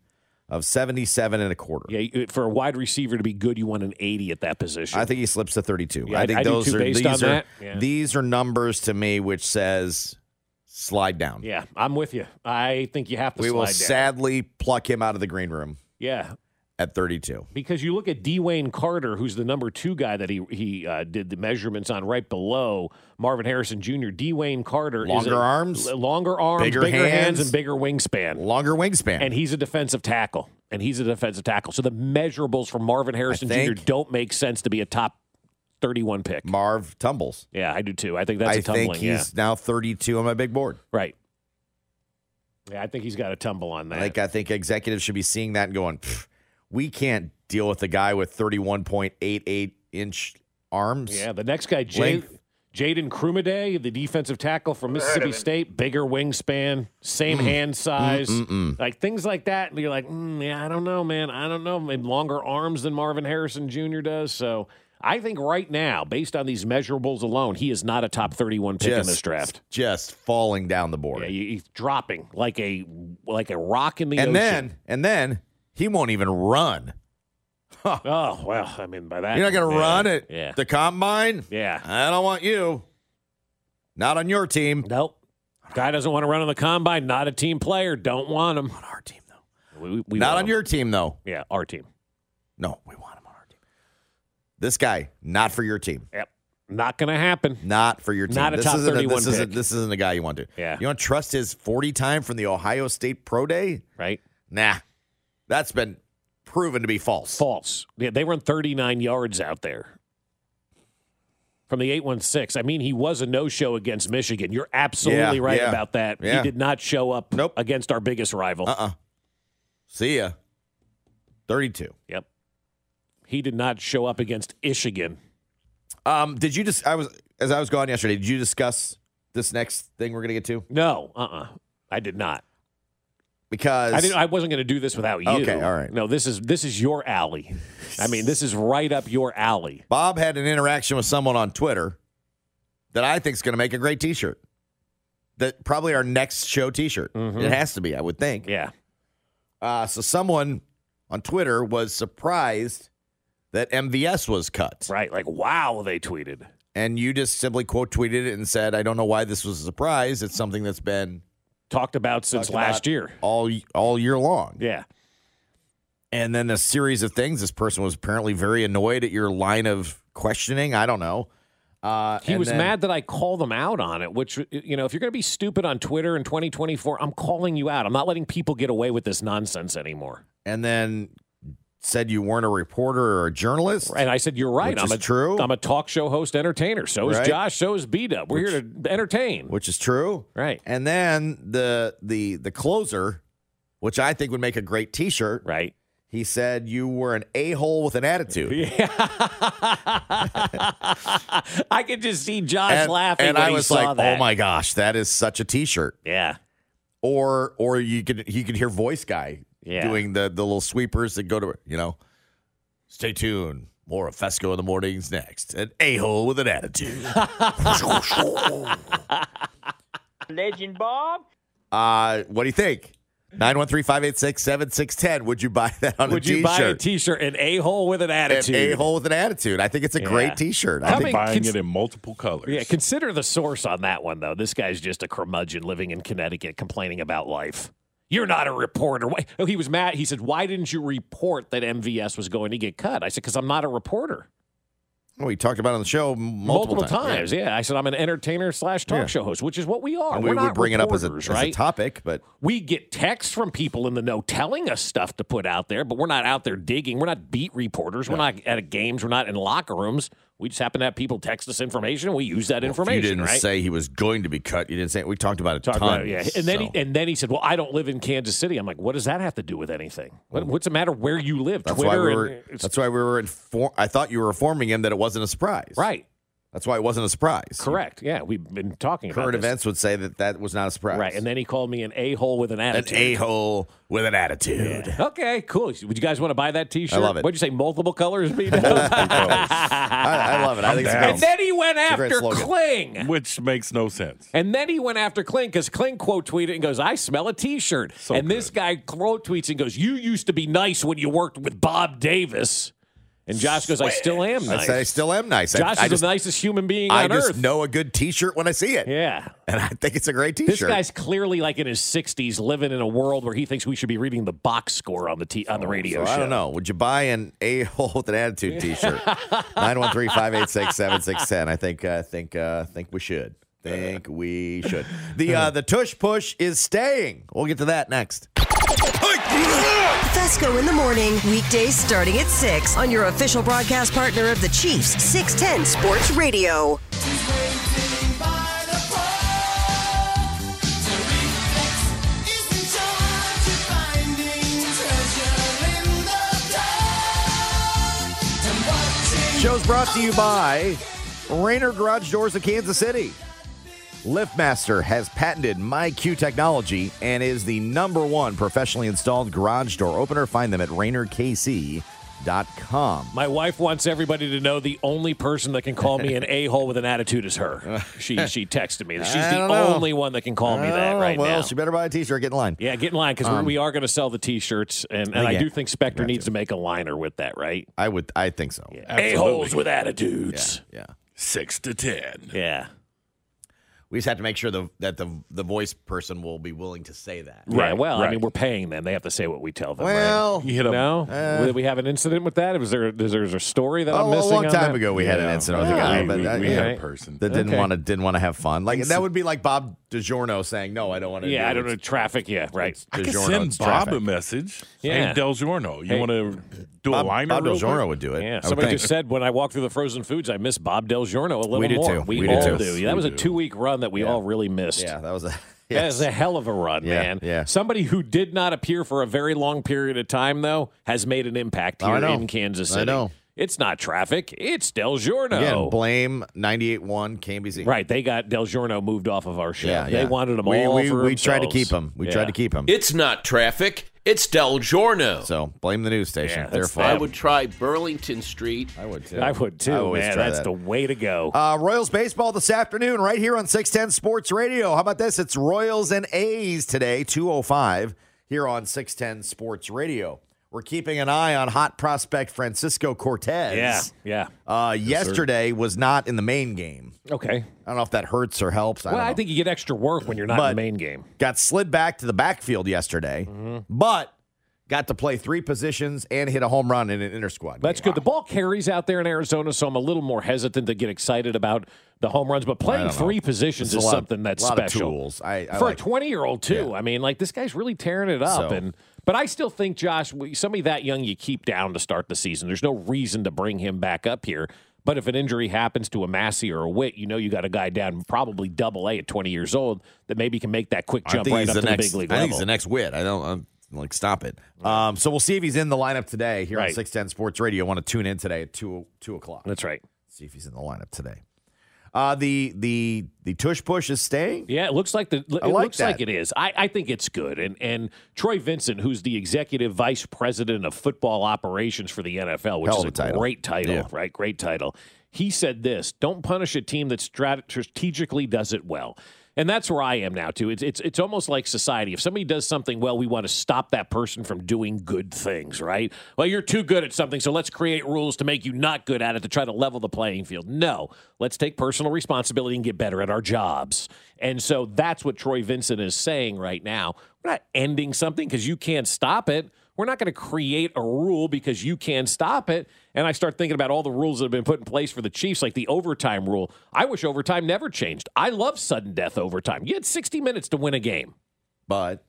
[SPEAKER 1] of 77 and a quarter.
[SPEAKER 2] yeah, you- for a wide receiver to be good, you want an eighty at that position.
[SPEAKER 1] I think he slips to 32.
[SPEAKER 2] Yeah, I-
[SPEAKER 1] I think
[SPEAKER 2] I do
[SPEAKER 1] those
[SPEAKER 2] too,
[SPEAKER 1] are,
[SPEAKER 2] based
[SPEAKER 1] these,
[SPEAKER 2] on
[SPEAKER 1] are
[SPEAKER 2] that. Yeah.
[SPEAKER 1] these are numbers to me which says slide down.
[SPEAKER 2] Yeah, I'm with you. I think you have to.
[SPEAKER 1] we
[SPEAKER 2] slide
[SPEAKER 1] will
[SPEAKER 2] down.
[SPEAKER 1] sadly pluck him out of the green room
[SPEAKER 2] Yeah,
[SPEAKER 1] at 32.
[SPEAKER 2] because you look at Dwayne Carter, who's the number two guy that he he uh, did the measurements on right below Marvin Harrison Jr. Dwayne Carter is
[SPEAKER 1] Longer
[SPEAKER 2] a-
[SPEAKER 1] arms?
[SPEAKER 2] l- longer arms,
[SPEAKER 1] Bigger hands?
[SPEAKER 2] and bigger wingspan,
[SPEAKER 1] Longer wingspan.
[SPEAKER 2] and he's a defensive tackle, and he's a defensive tackle. So the measurables for Marvin Harrison Jr.
[SPEAKER 1] think-
[SPEAKER 2] don't make sense to be a top thirty-one pick.
[SPEAKER 1] Marv tumbles.
[SPEAKER 2] yeah, I do too. I think that's
[SPEAKER 1] I
[SPEAKER 2] a tumbling.
[SPEAKER 1] think he's
[SPEAKER 2] yeah,
[SPEAKER 1] now 32 on my big board.
[SPEAKER 2] right. Yeah, I think he's got a tumble on that.
[SPEAKER 1] Like I think executives should be seeing that and going, "Pfft, we can't deal with a guy with 31.88 inch arms.
[SPEAKER 2] Yeah, the next guy, Jay,
[SPEAKER 1] Length.
[SPEAKER 2] Jaden Krumaday, the defensive tackle from Mississippi State, bigger wingspan, same
[SPEAKER 1] Mm.
[SPEAKER 2] hand size, like things like that. And you're like, mm, yeah, I don't know, man. I don't know. Maybe longer arms than Marvin Harrison Jr. does. So I think right now, based on these measurables alone, he is not a top 31 pick in this draft.
[SPEAKER 1] just falling down the board.
[SPEAKER 2] Yeah, he- he's dropping like a like a rock in the
[SPEAKER 1] and
[SPEAKER 2] ocean.
[SPEAKER 1] then and then he won't even run.
[SPEAKER 2] oh well, I mean by that
[SPEAKER 1] You're not going to
[SPEAKER 2] yeah,
[SPEAKER 1] run it.
[SPEAKER 2] Yeah,
[SPEAKER 1] The combine?
[SPEAKER 2] yeah.
[SPEAKER 1] I don't want you. Not on your team.
[SPEAKER 2] Nope. Guy doesn't want to run on the combine. Not a team player. Don't want him. On our team, though. We, we
[SPEAKER 1] not
[SPEAKER 2] want
[SPEAKER 1] on
[SPEAKER 2] him.
[SPEAKER 1] your team though.
[SPEAKER 2] Yeah, our team.
[SPEAKER 1] No, we want him on our team. This guy, not for your team.
[SPEAKER 2] Yep. Not going to happen.
[SPEAKER 1] Not for your team.
[SPEAKER 2] Not a
[SPEAKER 1] this
[SPEAKER 2] top
[SPEAKER 1] isn't
[SPEAKER 2] 31
[SPEAKER 1] this Isn't,
[SPEAKER 2] pick.
[SPEAKER 1] this isn't the guy you want to.
[SPEAKER 2] Yeah.
[SPEAKER 1] You want to trust his 40 time from the Ohio State Pro Day?
[SPEAKER 2] Right?
[SPEAKER 1] Nah, that's been proven to be false.
[SPEAKER 2] False. Yeah, they run 39 yards out there. from the 816. I mean, he was a no show against Michigan. You're absolutely
[SPEAKER 1] Yeah,
[SPEAKER 2] right
[SPEAKER 1] yeah,
[SPEAKER 2] about that.
[SPEAKER 1] yeah.
[SPEAKER 2] He did not show up
[SPEAKER 1] Nope.
[SPEAKER 2] against our biggest rival.
[SPEAKER 1] Uh uh See ya. 32.
[SPEAKER 2] Yep. He did not show up against Michigan.
[SPEAKER 1] Um, did you just, I was, as I was gone yesterday, did you discuss this next thing we're going to get to?
[SPEAKER 2] No, uh uh I did not.
[SPEAKER 1] Because
[SPEAKER 2] I didn't, I wasn't going to do this without you.
[SPEAKER 1] Okay, all right.
[SPEAKER 2] No, this is this is your alley. I mean, this is right up your alley.
[SPEAKER 1] Bob had an interaction with someone on Twitter that I think is going to make a great t shirt. That probably our next show t shirt. It has to be, I would think.
[SPEAKER 2] Mm-hmm. Yeah.
[SPEAKER 1] Uh, so someone on Twitter was surprised that MVS was cut.
[SPEAKER 2] Right. Like, wow, they tweeted.
[SPEAKER 1] And you just simply quote tweeted it and said, I don't know why this was a surprise. It's something that's been
[SPEAKER 2] Talked about since
[SPEAKER 1] talked
[SPEAKER 2] last
[SPEAKER 1] about
[SPEAKER 2] year.
[SPEAKER 1] all all year long.
[SPEAKER 2] Yeah.
[SPEAKER 1] And then a series of things. This person was apparently very annoyed at your line of questioning. I don't know. Uh,
[SPEAKER 2] He
[SPEAKER 1] and
[SPEAKER 2] was
[SPEAKER 1] then-
[SPEAKER 2] mad that I called him out on it, which, you know, if you're going to be stupid on Twitter in 2024, I'm calling you out. I'm not letting people get away with this nonsense anymore.
[SPEAKER 1] and then said you weren't a reporter or a journalist.
[SPEAKER 2] And I said, You're right.
[SPEAKER 1] Which
[SPEAKER 2] I'm
[SPEAKER 1] is
[SPEAKER 2] a,
[SPEAKER 1] true.
[SPEAKER 2] I'm a talk show host entertainer. So is
[SPEAKER 1] Right.
[SPEAKER 2] Josh. So is B Dub. We're here to entertain.
[SPEAKER 1] which is true.
[SPEAKER 2] Right.
[SPEAKER 1] And then the the the closer, which I think would make a great T-shirt.
[SPEAKER 2] right.
[SPEAKER 1] He said you were an a-hole with an attitude.
[SPEAKER 2] Yeah. I could just see Josh
[SPEAKER 1] And,
[SPEAKER 2] laughing
[SPEAKER 1] and
[SPEAKER 2] when
[SPEAKER 1] I
[SPEAKER 2] he
[SPEAKER 1] was
[SPEAKER 2] saw
[SPEAKER 1] like,
[SPEAKER 2] that.
[SPEAKER 1] "Oh my gosh, that is such a T-shirt!"
[SPEAKER 2] Yeah.
[SPEAKER 1] Or, or you could you could hear voice guy
[SPEAKER 2] Yeah.
[SPEAKER 1] doing the the little sweepers that go to you know. Stay tuned. More of Fesco in the mornings next. An a-hole with an attitude.
[SPEAKER 8] Legend Bob.
[SPEAKER 1] Uh, what do you think? 913-586-7610. Would you buy that on
[SPEAKER 2] Would
[SPEAKER 1] a
[SPEAKER 2] you buy a
[SPEAKER 1] t-shirt?
[SPEAKER 2] T-shirt? An a-hole with an
[SPEAKER 1] An
[SPEAKER 2] attitude.
[SPEAKER 1] a-hole with an attitude. I think it's a
[SPEAKER 2] Yeah.
[SPEAKER 1] great t-shirt. I
[SPEAKER 2] How
[SPEAKER 1] think
[SPEAKER 2] many-
[SPEAKER 3] Buying
[SPEAKER 2] cons-
[SPEAKER 3] it in multiple colors.
[SPEAKER 2] Yeah, consider the source on that one though. This guy's just a curmudgeon living in Connecticut, complaining about life. You're not a reporter. Why- Oh, he was mad. He said, "Why didn't you report that MVS was going to get cut?" I said, "Because I'm not a reporter."
[SPEAKER 1] Well, we talked about it on the show multiple,
[SPEAKER 2] times, yeah. I said, "I'm an entertainer slash talk show host," which is what we are.
[SPEAKER 1] And
[SPEAKER 2] We're
[SPEAKER 1] we would
[SPEAKER 2] not
[SPEAKER 1] bring it up as a, as
[SPEAKER 2] reporters,
[SPEAKER 1] a
[SPEAKER 2] right?
[SPEAKER 1] topic, but
[SPEAKER 2] we get texts from people in the know telling us stuff to put out there, but we're not out there digging. We're not beat reporters. We're not at games. We're not in locker rooms. We just happen to have people text us information. We use that
[SPEAKER 1] if
[SPEAKER 2] information.
[SPEAKER 1] you didn't
[SPEAKER 2] right?
[SPEAKER 1] say he was going to be cut. You didn't say it. We talked about it
[SPEAKER 2] Talk
[SPEAKER 1] tons.
[SPEAKER 2] about it, yeah. And then
[SPEAKER 1] so
[SPEAKER 2] he, and then he said, "Well, I don't live in Kansas City." I'm like, "What does that have to do with anything? What, what's the matter where you live?
[SPEAKER 1] that's
[SPEAKER 2] Twitter
[SPEAKER 1] why we were.
[SPEAKER 2] and it's-
[SPEAKER 1] That's why we were. Inform- I thought you were informing him that it wasn't a surprise.
[SPEAKER 2] right,
[SPEAKER 1] That's why it wasn't a surprise.
[SPEAKER 2] correct. Yeah, we've been talking
[SPEAKER 1] Current
[SPEAKER 2] about this.
[SPEAKER 1] events would say that that was not a surprise.
[SPEAKER 2] Right, and then he called me an a hole with an
[SPEAKER 1] an
[SPEAKER 2] attitude.
[SPEAKER 1] a hole with an attitude.
[SPEAKER 2] Okay, cool. Would you guys want to buy that T-shirt?
[SPEAKER 1] love it.
[SPEAKER 2] What'd you say? Multiple colors, B.
[SPEAKER 1] I, I love it. I think it's
[SPEAKER 3] down.
[SPEAKER 1] great.
[SPEAKER 2] and then he went
[SPEAKER 1] a great
[SPEAKER 2] after
[SPEAKER 1] slogan.
[SPEAKER 2] Kling.
[SPEAKER 3] Which makes no sense.
[SPEAKER 2] And then he went after Kling because Kling quote tweeted and goes, I smell a t shirt. and this guy quote tweets and goes, You used to be nice when you worked with Bob Davis. And Josh goes, I still am
[SPEAKER 1] I
[SPEAKER 2] nice.
[SPEAKER 1] say I still am nice. I-
[SPEAKER 2] Josh
[SPEAKER 1] I,
[SPEAKER 2] is
[SPEAKER 1] just,
[SPEAKER 2] the nicest human being
[SPEAKER 1] I
[SPEAKER 2] on
[SPEAKER 1] just
[SPEAKER 2] earth.
[SPEAKER 1] know a good T-shirt when I see it,
[SPEAKER 2] Yeah.
[SPEAKER 1] and I think it's a great T-shirt.
[SPEAKER 2] This guy's clearly like in his 60s, living in a world where he thinks we should be reading the box score on the t- on the radio
[SPEAKER 1] Oh, so
[SPEAKER 2] E show.
[SPEAKER 1] I don't know. Would you buy an a hole with an attitude T-shirt? Nine one three five eight six seven six ten. I think. I think. Uh, think we should. Think we should. The uh, the tush push is staying. We'll get to that next.
[SPEAKER 4] Fesco in the morning, weekdays starting at 6 on your official broadcast partner of the Chiefs, 610 Sports Radio.
[SPEAKER 1] Show's brought to you by Rainer Garage Doors of Kansas City. LiftMaster has patented MyQ technology and is the number one professionally installed garage door opener. Find them at RainerKC.com.
[SPEAKER 2] My wife wants everybody to know the only person that can call me an a hole with an attitude is her. She she texted me. She's
[SPEAKER 1] I
[SPEAKER 2] the
[SPEAKER 1] don't know.
[SPEAKER 2] only one that can call me that
[SPEAKER 1] Oh,
[SPEAKER 2] right
[SPEAKER 1] well,
[SPEAKER 2] now.
[SPEAKER 1] she better buy a T-shirt. Get in line.
[SPEAKER 2] yeah, get in line because we are going to sell the T-shirts, and, and I
[SPEAKER 1] Oh, yeah,
[SPEAKER 2] do think Spectre needs to make a liner with that, right?
[SPEAKER 1] I would. I think so. Yeah.
[SPEAKER 2] A holes with attitudes.
[SPEAKER 1] yeah.
[SPEAKER 3] Six to ten.
[SPEAKER 2] Yeah.
[SPEAKER 1] We just have to make sure the, that the the voice person will be willing to say that.
[SPEAKER 2] Yeah, well, I mean,
[SPEAKER 3] right.
[SPEAKER 2] we're paying them. They have to say what we tell them.
[SPEAKER 1] Well, uh,
[SPEAKER 3] You hit
[SPEAKER 2] right?
[SPEAKER 3] a
[SPEAKER 2] no, did we have an incident with that? Was there is there a story that
[SPEAKER 1] Oh, a,
[SPEAKER 2] I'm missing?
[SPEAKER 1] long
[SPEAKER 2] on
[SPEAKER 1] time
[SPEAKER 2] that?
[SPEAKER 1] ago we had an
[SPEAKER 3] Yeah.
[SPEAKER 1] incident with a
[SPEAKER 3] Yeah.
[SPEAKER 1] guy,
[SPEAKER 3] We-
[SPEAKER 1] but
[SPEAKER 3] we,
[SPEAKER 1] that,
[SPEAKER 3] we
[SPEAKER 1] yeah,
[SPEAKER 3] had a person.
[SPEAKER 1] that didn't
[SPEAKER 2] Okay.
[SPEAKER 1] want to didn't want to have fun. Like that would be like Bob DiGiorno saying, "No, I don't want to."
[SPEAKER 2] Yeah,
[SPEAKER 1] do
[SPEAKER 2] I don't
[SPEAKER 1] it."
[SPEAKER 2] know traffic. Yeah, right.
[SPEAKER 3] I can
[SPEAKER 1] DiGiorno,
[SPEAKER 3] send
[SPEAKER 1] it's
[SPEAKER 3] Bob
[SPEAKER 1] traffic.
[SPEAKER 3] a message.
[SPEAKER 2] Yeah.
[SPEAKER 3] Hey, Del Giorno, you
[SPEAKER 2] Hey.
[SPEAKER 3] want to do
[SPEAKER 1] Bob-
[SPEAKER 3] a liner.
[SPEAKER 1] Bob
[SPEAKER 3] real
[SPEAKER 1] Del Giorno
[SPEAKER 3] quick?
[SPEAKER 1] would do it. I
[SPEAKER 2] Yeah,
[SPEAKER 1] would
[SPEAKER 2] somebody
[SPEAKER 1] think.
[SPEAKER 2] just said when I walk through the frozen foods, I miss Bob Del Giorno a little
[SPEAKER 1] We do
[SPEAKER 2] more.
[SPEAKER 1] too.
[SPEAKER 2] We,
[SPEAKER 1] We do
[SPEAKER 2] all
[SPEAKER 1] too.
[SPEAKER 2] do.
[SPEAKER 1] Yes,
[SPEAKER 2] that
[SPEAKER 3] we
[SPEAKER 2] was a
[SPEAKER 3] do.
[SPEAKER 2] two week run that we all really missed.
[SPEAKER 1] Yeah, that was a.
[SPEAKER 2] That is a hell of a run,
[SPEAKER 1] Yeah,
[SPEAKER 2] man.
[SPEAKER 1] yeah.
[SPEAKER 2] Somebody who did not appear for a very long period of time, though, has made an impact
[SPEAKER 1] Oh, I
[SPEAKER 2] here
[SPEAKER 1] know.
[SPEAKER 2] in Kansas
[SPEAKER 1] I
[SPEAKER 2] City.
[SPEAKER 1] know.
[SPEAKER 2] It's not traffic. It's Del Giorno.
[SPEAKER 1] Again, blame 98.1 KBZ.
[SPEAKER 2] Right. They got Del Giorno moved off of our show.
[SPEAKER 1] Yeah,
[SPEAKER 2] They
[SPEAKER 1] yeah.
[SPEAKER 2] wanted them
[SPEAKER 1] we,
[SPEAKER 2] all
[SPEAKER 1] we,
[SPEAKER 2] for
[SPEAKER 1] we tried to keep them.
[SPEAKER 2] themselves.
[SPEAKER 1] We tried to
[SPEAKER 2] Yeah.
[SPEAKER 1] keep them.
[SPEAKER 9] It's not traffic, it's Del Giorno.
[SPEAKER 1] So blame the news station.
[SPEAKER 2] Yeah,
[SPEAKER 1] Their
[SPEAKER 2] that's
[SPEAKER 1] fault.
[SPEAKER 9] I would try Burlington Street.
[SPEAKER 1] I would too.
[SPEAKER 2] I would too,
[SPEAKER 1] I always
[SPEAKER 2] man.
[SPEAKER 1] try
[SPEAKER 2] That's
[SPEAKER 1] that.
[SPEAKER 2] the way to go.
[SPEAKER 1] Uh, Royals baseball this afternoon, right here on 610 Sports Radio. How about this? It's Royals and A's today, 205 here on 610 Sports Radio. We're keeping an eye on hot prospect Francisco Cortez.
[SPEAKER 2] yeah. Yeah.
[SPEAKER 1] Uh, yesterday was not in the main game.
[SPEAKER 2] Okay.
[SPEAKER 1] I don't know if that hurts or helps. I
[SPEAKER 2] Well,
[SPEAKER 1] don't
[SPEAKER 2] I
[SPEAKER 1] know.
[SPEAKER 2] think you get extra work when you're not
[SPEAKER 1] But-
[SPEAKER 2] in the main game.
[SPEAKER 1] got slid back to the backfield yesterday,
[SPEAKER 2] Mm-hmm.
[SPEAKER 1] but got to play three positions and hit a home run in an inter squad.
[SPEAKER 2] That's good. The ball carries out there in Arizona, so I'm a little more hesitant to get excited about the home runs. But playing
[SPEAKER 1] don't know.
[SPEAKER 2] three positions
[SPEAKER 1] It's a
[SPEAKER 2] is
[SPEAKER 1] lot of-
[SPEAKER 2] something that's
[SPEAKER 1] lot of
[SPEAKER 2] special.
[SPEAKER 1] tools. I- I
[SPEAKER 2] For
[SPEAKER 1] like-
[SPEAKER 2] a 20 year old too.
[SPEAKER 1] Yeah.
[SPEAKER 2] I mean, like this guy's really tearing it up.
[SPEAKER 1] So-
[SPEAKER 2] And but I still think Josh, we- somebody that young, you keep down to start the season. There's no reason to bring him back up here. But if an injury happens to a Massey or a Witt, you know you got a guy down probably double A at 20 years old that maybe can make that quick jump right up to the big league level.
[SPEAKER 1] next wit. I don't I'm, like stop it. Um, so we'll see if he's in the lineup today here on
[SPEAKER 2] Right.
[SPEAKER 1] six ten Sports Radio. Want to tune in today at two two o'clock.
[SPEAKER 2] that's right.
[SPEAKER 1] see if he's in the lineup today. Uh, the the the tush push is staying.
[SPEAKER 2] Yeah, it looks like the it
[SPEAKER 1] like
[SPEAKER 2] looks like
[SPEAKER 1] that.
[SPEAKER 2] it is. I, I think it's good. And and Troy Vincent, who's the executive vice president of football operations for the NFL, which
[SPEAKER 1] Hell
[SPEAKER 2] is
[SPEAKER 1] of
[SPEAKER 2] a,
[SPEAKER 1] a title.
[SPEAKER 2] great title,
[SPEAKER 1] Yeah.
[SPEAKER 2] right? Great title. He said this: Don't punish a team that strat- strategically does it well. And that's where I am now too. It's it's it's almost like society. If somebody does something well, we want to stop that person from doing good things, right? Well, you're too good at something, so let's create rules to make you not good at it to try to level the playing field. No, let's take personal responsibility and get better at our jobs. And so that's what Troy Vincent is saying right now. We're not ending something because you can't stop it. We're not going to create a rule because you can stop it. And I start thinking about all the rules that have been put in place for the Chiefs, like the overtime rule. I wish overtime never changed. I love sudden death overtime. You had 60 minutes to win a game,
[SPEAKER 1] But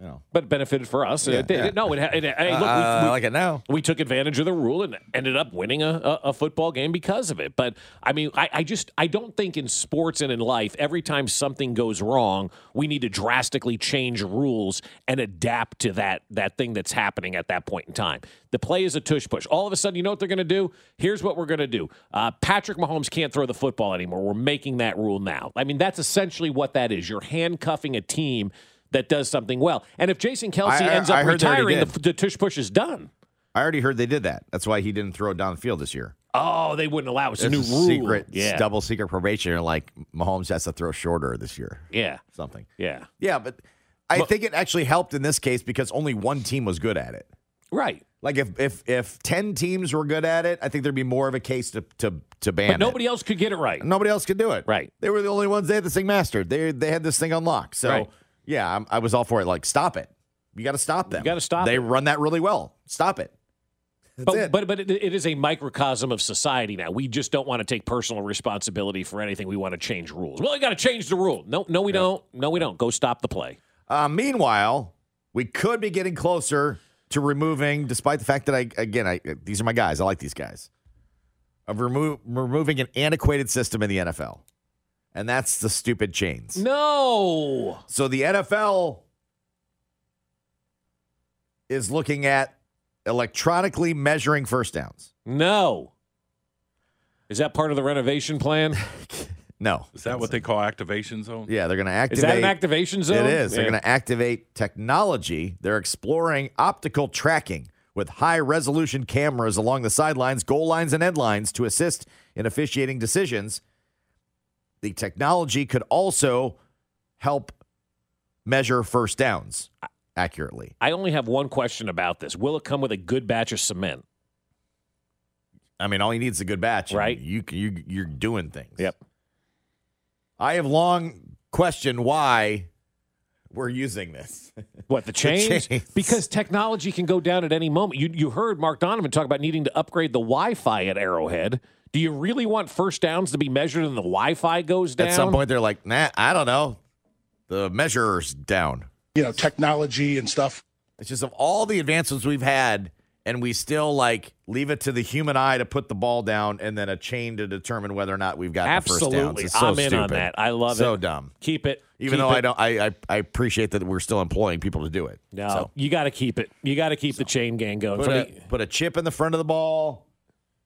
[SPEAKER 1] you know,
[SPEAKER 2] but it benefited for us.
[SPEAKER 1] Yeah,
[SPEAKER 2] it, did-
[SPEAKER 1] yeah.
[SPEAKER 2] No, it, it, hey, look, we-
[SPEAKER 1] uh,
[SPEAKER 2] we,
[SPEAKER 1] I like it now.
[SPEAKER 2] we took advantage of the rule and ended up winning a, a, a football game because of it. But I mean, I, I just I don't think in sports and in life, every time something goes wrong, we need to drastically change rules and adapt to that that thing that's happening at that point in time. The play is a tush push. All of a sudden, you know what they're going to do? Here's what we're going to do. Uh, Patrick Mahomes can't throw the football anymore. We're making that rule now. I mean, that's essentially what that is. You're handcuffing a team. That does something well, and if Jason Kelsey
[SPEAKER 1] I-
[SPEAKER 2] ends up
[SPEAKER 1] I heard they already
[SPEAKER 2] retiring, the,
[SPEAKER 1] did.
[SPEAKER 2] the tush push is done.
[SPEAKER 1] I already heard they did that. That's why he didn't throw it down the field this year.
[SPEAKER 2] Oh, they wouldn't allow it. It's a new
[SPEAKER 1] There's
[SPEAKER 2] rule.
[SPEAKER 1] Secret,
[SPEAKER 2] yeah.
[SPEAKER 1] double secret probation. You're Like Mahomes has to throw shorter this year.
[SPEAKER 2] Yeah.
[SPEAKER 1] Something.
[SPEAKER 2] Yeah.
[SPEAKER 1] Yeah, but I
[SPEAKER 2] But-
[SPEAKER 1] think it actually helped in this case because only one team was good at it.
[SPEAKER 2] Right.
[SPEAKER 1] Like if if if ten teams were good at it, I think there'd be more of a case to to to ban.
[SPEAKER 2] But nobody else could get it right.
[SPEAKER 1] it. nobody else could do it.
[SPEAKER 2] Right.
[SPEAKER 1] They were the only ones. They had this thing mastered. They they had this thing unlocked. So
[SPEAKER 2] Right.
[SPEAKER 1] yeah, I'm, I was all for it. Like stop it. You got to stop them.
[SPEAKER 2] gotta stop
[SPEAKER 1] They
[SPEAKER 2] it.
[SPEAKER 1] run that really well. Stop it. That's
[SPEAKER 2] but
[SPEAKER 1] it.
[SPEAKER 2] but but it, it is a microcosm of society now. We just don't want to take personal responsibility for anything. We want to change rules. Well, we got to change the rule. No, no, we don't. No, we don't. Go stop the play.
[SPEAKER 1] Uh, meanwhile, we could be getting closer to removing, despite the fact that I again, I these are my guys. I like these guys. Of remo- removing an antiquated system in the NFL, and that's the stupid chains.
[SPEAKER 2] No.
[SPEAKER 1] So the NFL is looking at electronically measuring first downs.
[SPEAKER 2] No. Is that part of the renovation plan?
[SPEAKER 1] No,
[SPEAKER 3] Is that what they call activation zone?
[SPEAKER 1] yeah, they're going to activate.
[SPEAKER 2] Is that an activation zone?
[SPEAKER 1] It is. They're
[SPEAKER 2] Yeah.
[SPEAKER 1] going to activate technology. They're exploring optical tracking with high resolution cameras along the sidelines, goal lines, and end lines to assist in officiating decisions. The technology could also help measure first downs accurately.
[SPEAKER 2] I only have one question about this. Will it come with a good batch of cement?
[SPEAKER 1] I mean, all you need is a good batch, and
[SPEAKER 2] Right.
[SPEAKER 1] You, you you're doing things. I have long questioned why we're using this.
[SPEAKER 2] What the chains?
[SPEAKER 1] chains.
[SPEAKER 2] Because technology can go down at any moment. You you heard Mark Donovan talk about needing to upgrade the Wi-Fi at Arrowhead. Do you really want first downs to be measured and the Wi-Fi goes down?
[SPEAKER 1] At some point, they're like, nah, I don't know. The measurer's down.
[SPEAKER 10] you know, technology and stuff.
[SPEAKER 1] It's just of all the advancements we've had and we still like leave it to the human eye to put the ball down and then a chain to determine whether or not we've got the first
[SPEAKER 2] Absolutely.
[SPEAKER 1] downs. It's so
[SPEAKER 2] I'm in on
[SPEAKER 1] stupid.
[SPEAKER 2] that. I love
[SPEAKER 1] so
[SPEAKER 2] it.
[SPEAKER 1] dumb.
[SPEAKER 2] Keep it.
[SPEAKER 1] Even
[SPEAKER 2] Keep
[SPEAKER 1] though
[SPEAKER 2] it.
[SPEAKER 1] I don't I, I I appreciate that we're still employing people to do it.
[SPEAKER 2] No,
[SPEAKER 1] So.
[SPEAKER 2] you got to keep it. You got to keep the chain gang going.
[SPEAKER 1] Put
[SPEAKER 2] For
[SPEAKER 1] a,
[SPEAKER 2] the-
[SPEAKER 1] put a chip in the front of the ball,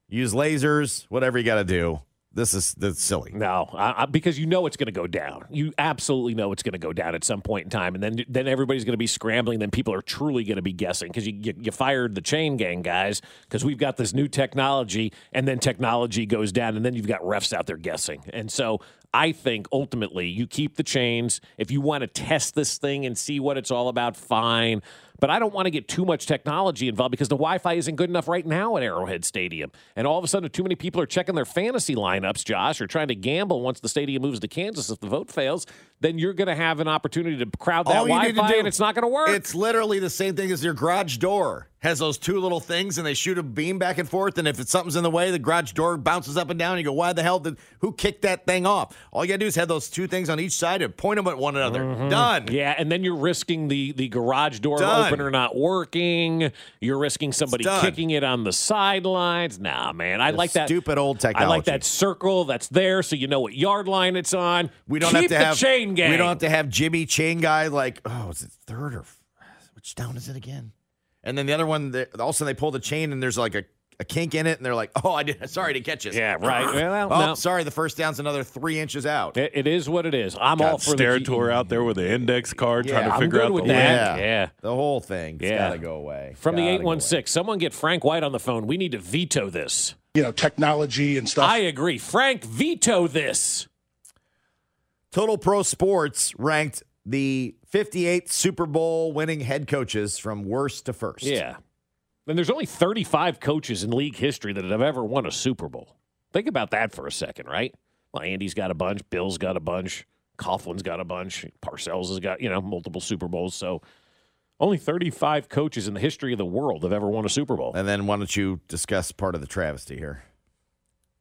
[SPEAKER 1] use lasers, whatever you got to do. This is that's silly.
[SPEAKER 2] no, I, I, because you know it's going to go down. You absolutely know it's going to go down at some point in time, and then then everybody's going to be scrambling. Then people are truly going to be guessing because you, you you fired the chain gang guys because we've got this new technology, and then technology goes down, and then you've got refs out there guessing. And so I think ultimately you keep the chains. If you want to test this thing and see what it's all about, fine. But I don't want to get too much technology involved because the Wi-Fi isn't good enough right now at Arrowhead Stadium. And all of a sudden, too many people are checking their fantasy lineups, Josh, or trying to gamble once the stadium moves to Kansas. If the vote fails, then you're going to have an opportunity to crowd that
[SPEAKER 1] All you need to
[SPEAKER 2] Wi-Fi,
[SPEAKER 1] do-
[SPEAKER 2] and it's not going to work.
[SPEAKER 1] It's literally the same thing as your garage door has those two little things, and they shoot a beam back and forth. And if it's something's in the way, the garage door bounces up and down. And you go, "Why the hell did who kicked that thing off?" All you gotta do is have those two things on each side and point them at one another. Done.
[SPEAKER 2] Mm-hmm. Yeah, and then you're risking the the garage door
[SPEAKER 1] Done.
[SPEAKER 2] opener not working. You're risking somebody
[SPEAKER 1] done.
[SPEAKER 2] kicking it on the sidelines. Nah, man, I
[SPEAKER 1] The
[SPEAKER 2] like that
[SPEAKER 1] stupid old
[SPEAKER 2] I like
[SPEAKER 1] technology.
[SPEAKER 2] that circle that's there, so you know what yard line it's on.
[SPEAKER 1] We don't
[SPEAKER 2] Keep
[SPEAKER 1] have to
[SPEAKER 2] the
[SPEAKER 1] have
[SPEAKER 2] chain gang.
[SPEAKER 1] We don't have to have Jimmy Chain Guy like, oh, is it third or f- which down is it again? And then the other one, they, all of a sudden they pull the chain and there's like a, a kink in it, and they're like, oh, I did. Sorry to catch it.
[SPEAKER 2] Yeah, right. Well,
[SPEAKER 1] oh,
[SPEAKER 2] no.
[SPEAKER 1] sorry, the first down's another three inches out.
[SPEAKER 2] It- it is what it is. I'm all
[SPEAKER 3] Got
[SPEAKER 2] for the G-
[SPEAKER 3] Sterator out there with an index card trying
[SPEAKER 2] Yeah,
[SPEAKER 3] to
[SPEAKER 2] I'm
[SPEAKER 3] figure
[SPEAKER 2] good
[SPEAKER 3] out
[SPEAKER 2] with
[SPEAKER 3] the
[SPEAKER 2] that.
[SPEAKER 3] lane.
[SPEAKER 1] Yeah.
[SPEAKER 2] Yeah.
[SPEAKER 1] The whole thing's
[SPEAKER 2] Yeah.
[SPEAKER 1] got to go away.
[SPEAKER 2] From the
[SPEAKER 1] Gotta go
[SPEAKER 2] 816, someone get Frank White on the phone. We need to veto this.
[SPEAKER 10] you know, technology and stuff.
[SPEAKER 2] I agree. Frank, veto this.
[SPEAKER 1] Total Pro Sports ranked the 58 Super Bowl winning head coaches from worst to first.
[SPEAKER 2] Yeah. And there's only 35 coaches in league history that have ever won a Super Bowl. Think about that for a second, right? Well, Andy's got a bunch, Bill's got a bunch, Coughlin's got a bunch, Parcells has got, you know, multiple Super Bowls. So only 35 coaches in the history of the world have ever won a Super Bowl.
[SPEAKER 1] And then why don't you discuss part of the travesty here?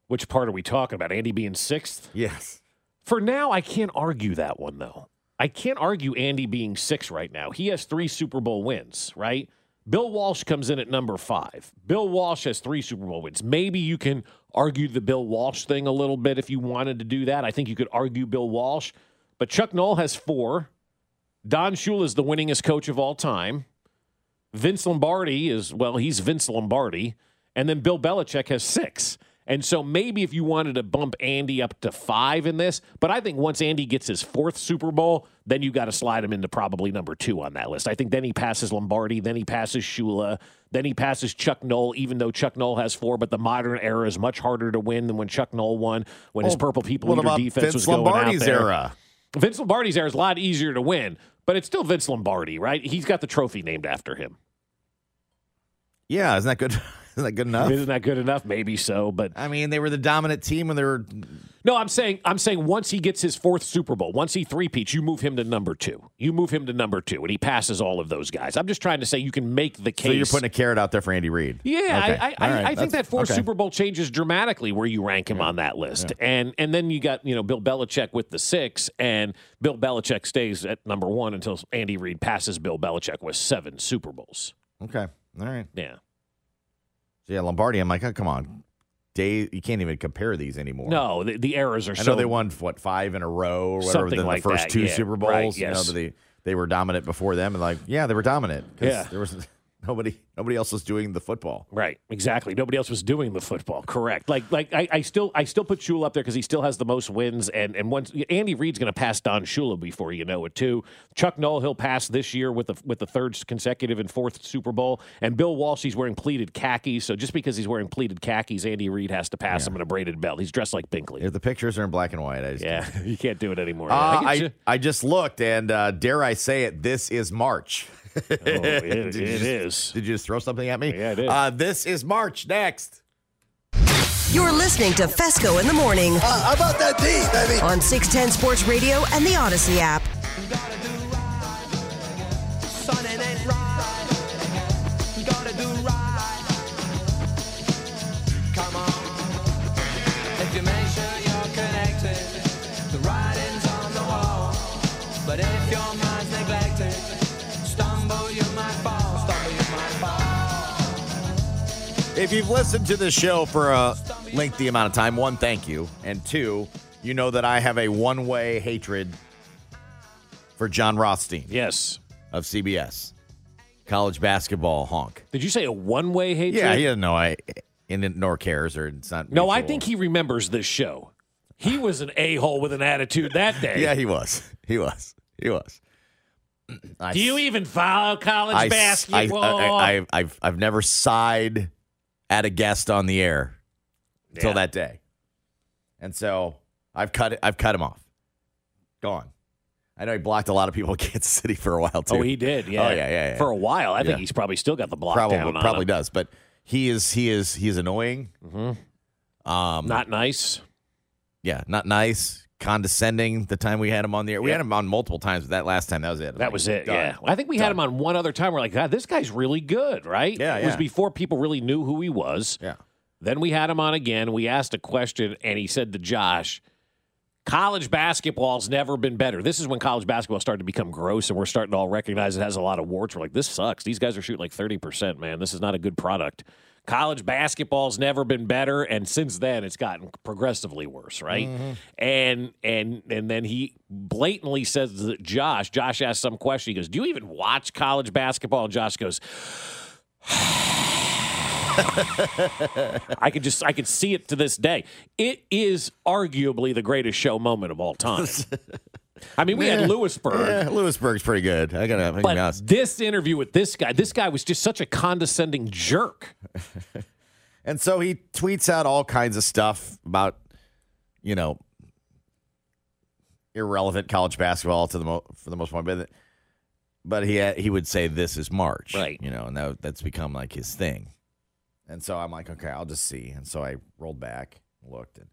[SPEAKER 2] Which part are we talking about? Andy being sixth?
[SPEAKER 1] Yes.
[SPEAKER 2] For now, I can't argue that one, though. I can't argue Andy being six right now. He has three Super Bowl wins, right? Bill Walsh comes in at number five. Bill Walsh has three Super Bowl wins. Maybe you can argue the Bill Walsh thing a little bit if you wanted to do that. I think you could argue Bill Walsh. But Chuck Knoll has four. Don Shula is the winningest coach of all time. Vince Lombardi is, well, he's Vince Lombardi. And then Bill Belichick has six. And so maybe if you wanted to bump Andy up to five in this, but I think once Andy gets his fourth Super Bowl, then you got to slide him into probably number two on that list. I think then he passes Lombardi, then he passes Shula, then he passes Chuck Knoll, even though Chuck Knoll has four, but the modern era is much harder to win than when Chuck Knoll won, when his
[SPEAKER 1] Oh, Well,
[SPEAKER 2] Purple People
[SPEAKER 1] what
[SPEAKER 2] Eater
[SPEAKER 1] about
[SPEAKER 2] defense
[SPEAKER 1] Vince
[SPEAKER 2] was going
[SPEAKER 1] Lombardi's
[SPEAKER 2] out there.
[SPEAKER 1] era?
[SPEAKER 2] Vince Lombardi's era is a lot easier to win, but it's still Vince Lombardi, right? He's got the trophy named after him.
[SPEAKER 1] Yeah, isn't that good? Isn't that good enough?
[SPEAKER 2] Isn't that good enough? Maybe so, but
[SPEAKER 1] I mean, they were the dominant team when they were.
[SPEAKER 2] no. I'm saying I'm saying once he gets his fourth Super Bowl, once he three-peats, you move him to number two. You move him to number two, and he passes all of those guys. I'm just trying to say you can make the case.
[SPEAKER 1] So you're putting a carrot out there for Andy Reid.
[SPEAKER 2] Yeah,
[SPEAKER 1] Okay.
[SPEAKER 2] I, I,
[SPEAKER 1] All
[SPEAKER 2] I,
[SPEAKER 1] right.
[SPEAKER 2] I think
[SPEAKER 1] That's-
[SPEAKER 2] that four
[SPEAKER 1] okay.
[SPEAKER 2] Super Bowl changes dramatically where you rank him on that list, and and then you got you know Bill Belichick with the six, and Bill Belichick stays at number one until Andy Reid passes Bill Belichick with seven Super Bowls.
[SPEAKER 1] Okay. All right.
[SPEAKER 2] Yeah,
[SPEAKER 1] So yeah, Lombardi. I'm like, oh, come on, Dave. You can't even compare these anymore.
[SPEAKER 2] no, the, the errors are
[SPEAKER 1] I know
[SPEAKER 2] so
[SPEAKER 1] they won what five in a row or whatever.
[SPEAKER 2] Something
[SPEAKER 1] Then
[SPEAKER 2] like
[SPEAKER 1] the first
[SPEAKER 2] that,
[SPEAKER 1] two
[SPEAKER 2] yeah,
[SPEAKER 1] Super Bowls.
[SPEAKER 2] right,
[SPEAKER 1] You know,
[SPEAKER 2] yes.
[SPEAKER 1] but they they were dominant before them, and like, yeah, they were dominant. 'cause
[SPEAKER 2] Yeah.
[SPEAKER 1] there was nobody nobody else was doing the football.
[SPEAKER 2] Right, exactly. Nobody else was doing the football. Correct. Like, like I, I still, I still put Shula up there because he still has the most wins. And and once Andy Reid's going to pass Don Shula before you know it too. Chuck Noll he'll pass this year with the with the third consecutive and fourth Super Bowl. And Bill Walsh he's wearing pleated khakis. So just because he's wearing pleated khakis, Andy Reid has to pass him in a braided belt. He's dressed like Binkley.
[SPEAKER 1] If the pictures are in black and white, I just
[SPEAKER 2] Yeah, you can't do it anymore.
[SPEAKER 1] Uh,
[SPEAKER 2] I get
[SPEAKER 1] I,
[SPEAKER 2] you.
[SPEAKER 1] I just looked, and uh, dare I say it, this is March.
[SPEAKER 2] Oh, it-
[SPEAKER 1] Did you
[SPEAKER 2] it
[SPEAKER 1] just-
[SPEAKER 2] is.
[SPEAKER 1] Did you just throw something at me?
[SPEAKER 2] Yeah, I did.
[SPEAKER 1] Uh, this is March next.
[SPEAKER 4] You're listening to Fesco in the morning
[SPEAKER 11] How about that D, baby?
[SPEAKER 4] on 610 Sports Radio and the Odyssey app.
[SPEAKER 12] If you make sure you're connected, the writing's on the wall. But if your mind's neglected, stumble, you might fall. Stumble, you might fall.
[SPEAKER 1] If you've listened to this show for a lengthy amount of time, one, thank you. And two, you know that I have a one way hatred for John Rothstein.
[SPEAKER 2] Yes.
[SPEAKER 1] Of CBS, college basketball honk.
[SPEAKER 2] Did you say a one way hatred?
[SPEAKER 1] Yeah, he doesn't know I, and it- nor cares, or it's not.
[SPEAKER 2] No, I
[SPEAKER 1] mutual.
[SPEAKER 2] think he remembers this show. He was an a hole with an attitude that day.
[SPEAKER 1] Yeah, he was. He was. He was. I
[SPEAKER 2] Do you even follow college
[SPEAKER 1] I, s- I,
[SPEAKER 2] basketball?
[SPEAKER 1] I, I, have I've never sighed at a guest on the air until
[SPEAKER 2] Yeah.
[SPEAKER 1] that day, and so I've cut it. I've cut him off. Gone. I know he blocked a lot of people in Kansas City for a while too.
[SPEAKER 2] oh, he did. Yeah.
[SPEAKER 1] Oh yeah, yeah. yeah.
[SPEAKER 2] For a while, I think
[SPEAKER 1] Yeah.
[SPEAKER 2] he's probably still got the block
[SPEAKER 1] probably
[SPEAKER 2] down on
[SPEAKER 1] probably
[SPEAKER 2] him.
[SPEAKER 1] does, but he is he is he is annoying. Um,
[SPEAKER 2] Mm-hmm. Not nice.
[SPEAKER 1] Yeah, not nice. Condescending. The time we had him on the air, we
[SPEAKER 2] Yeah.
[SPEAKER 1] had him on multiple times, but that last time that was it.
[SPEAKER 2] That was it.
[SPEAKER 1] Done.
[SPEAKER 2] Yeah. I think we had him on one other time. We're like, God, this guy's really good, right?
[SPEAKER 1] Yeah,
[SPEAKER 2] It was
[SPEAKER 1] yeah.
[SPEAKER 2] before people really knew who he was.
[SPEAKER 1] Yeah.
[SPEAKER 2] Then we had him on again. We asked a question, and he said to Josh, College basketball's never been better. This is when college basketball started to become gross, and we're starting to all recognize it has a lot of warts. We're like, this sucks. These guys are shooting like 30%, man. This is not a good product. College basketball's never been better, and since then it's gotten progressively worse, right? And and and then he blatantly says that Josh, Josh asks some question. He goes, Do you even watch college basketball? And Josh goes, I could just I could see it to this day. It is arguably the greatest show moment of all time. I mean, we
[SPEAKER 1] Yeah.
[SPEAKER 2] had Lewisburg.
[SPEAKER 1] Yeah, Eh, Lewisburg's pretty good. I gotta, I gotta be honest.
[SPEAKER 2] But this interview with this guy, this guy was just such a condescending jerk.
[SPEAKER 1] And so he tweets out all kinds of stuff about, you know, irrelevant college basketball to the mo- for the most part. But, but he had, he would say this is March, right? You know, and that, that's become like his thing. And so I'm like, okay, I'll just see. And so I rolled back, looked, and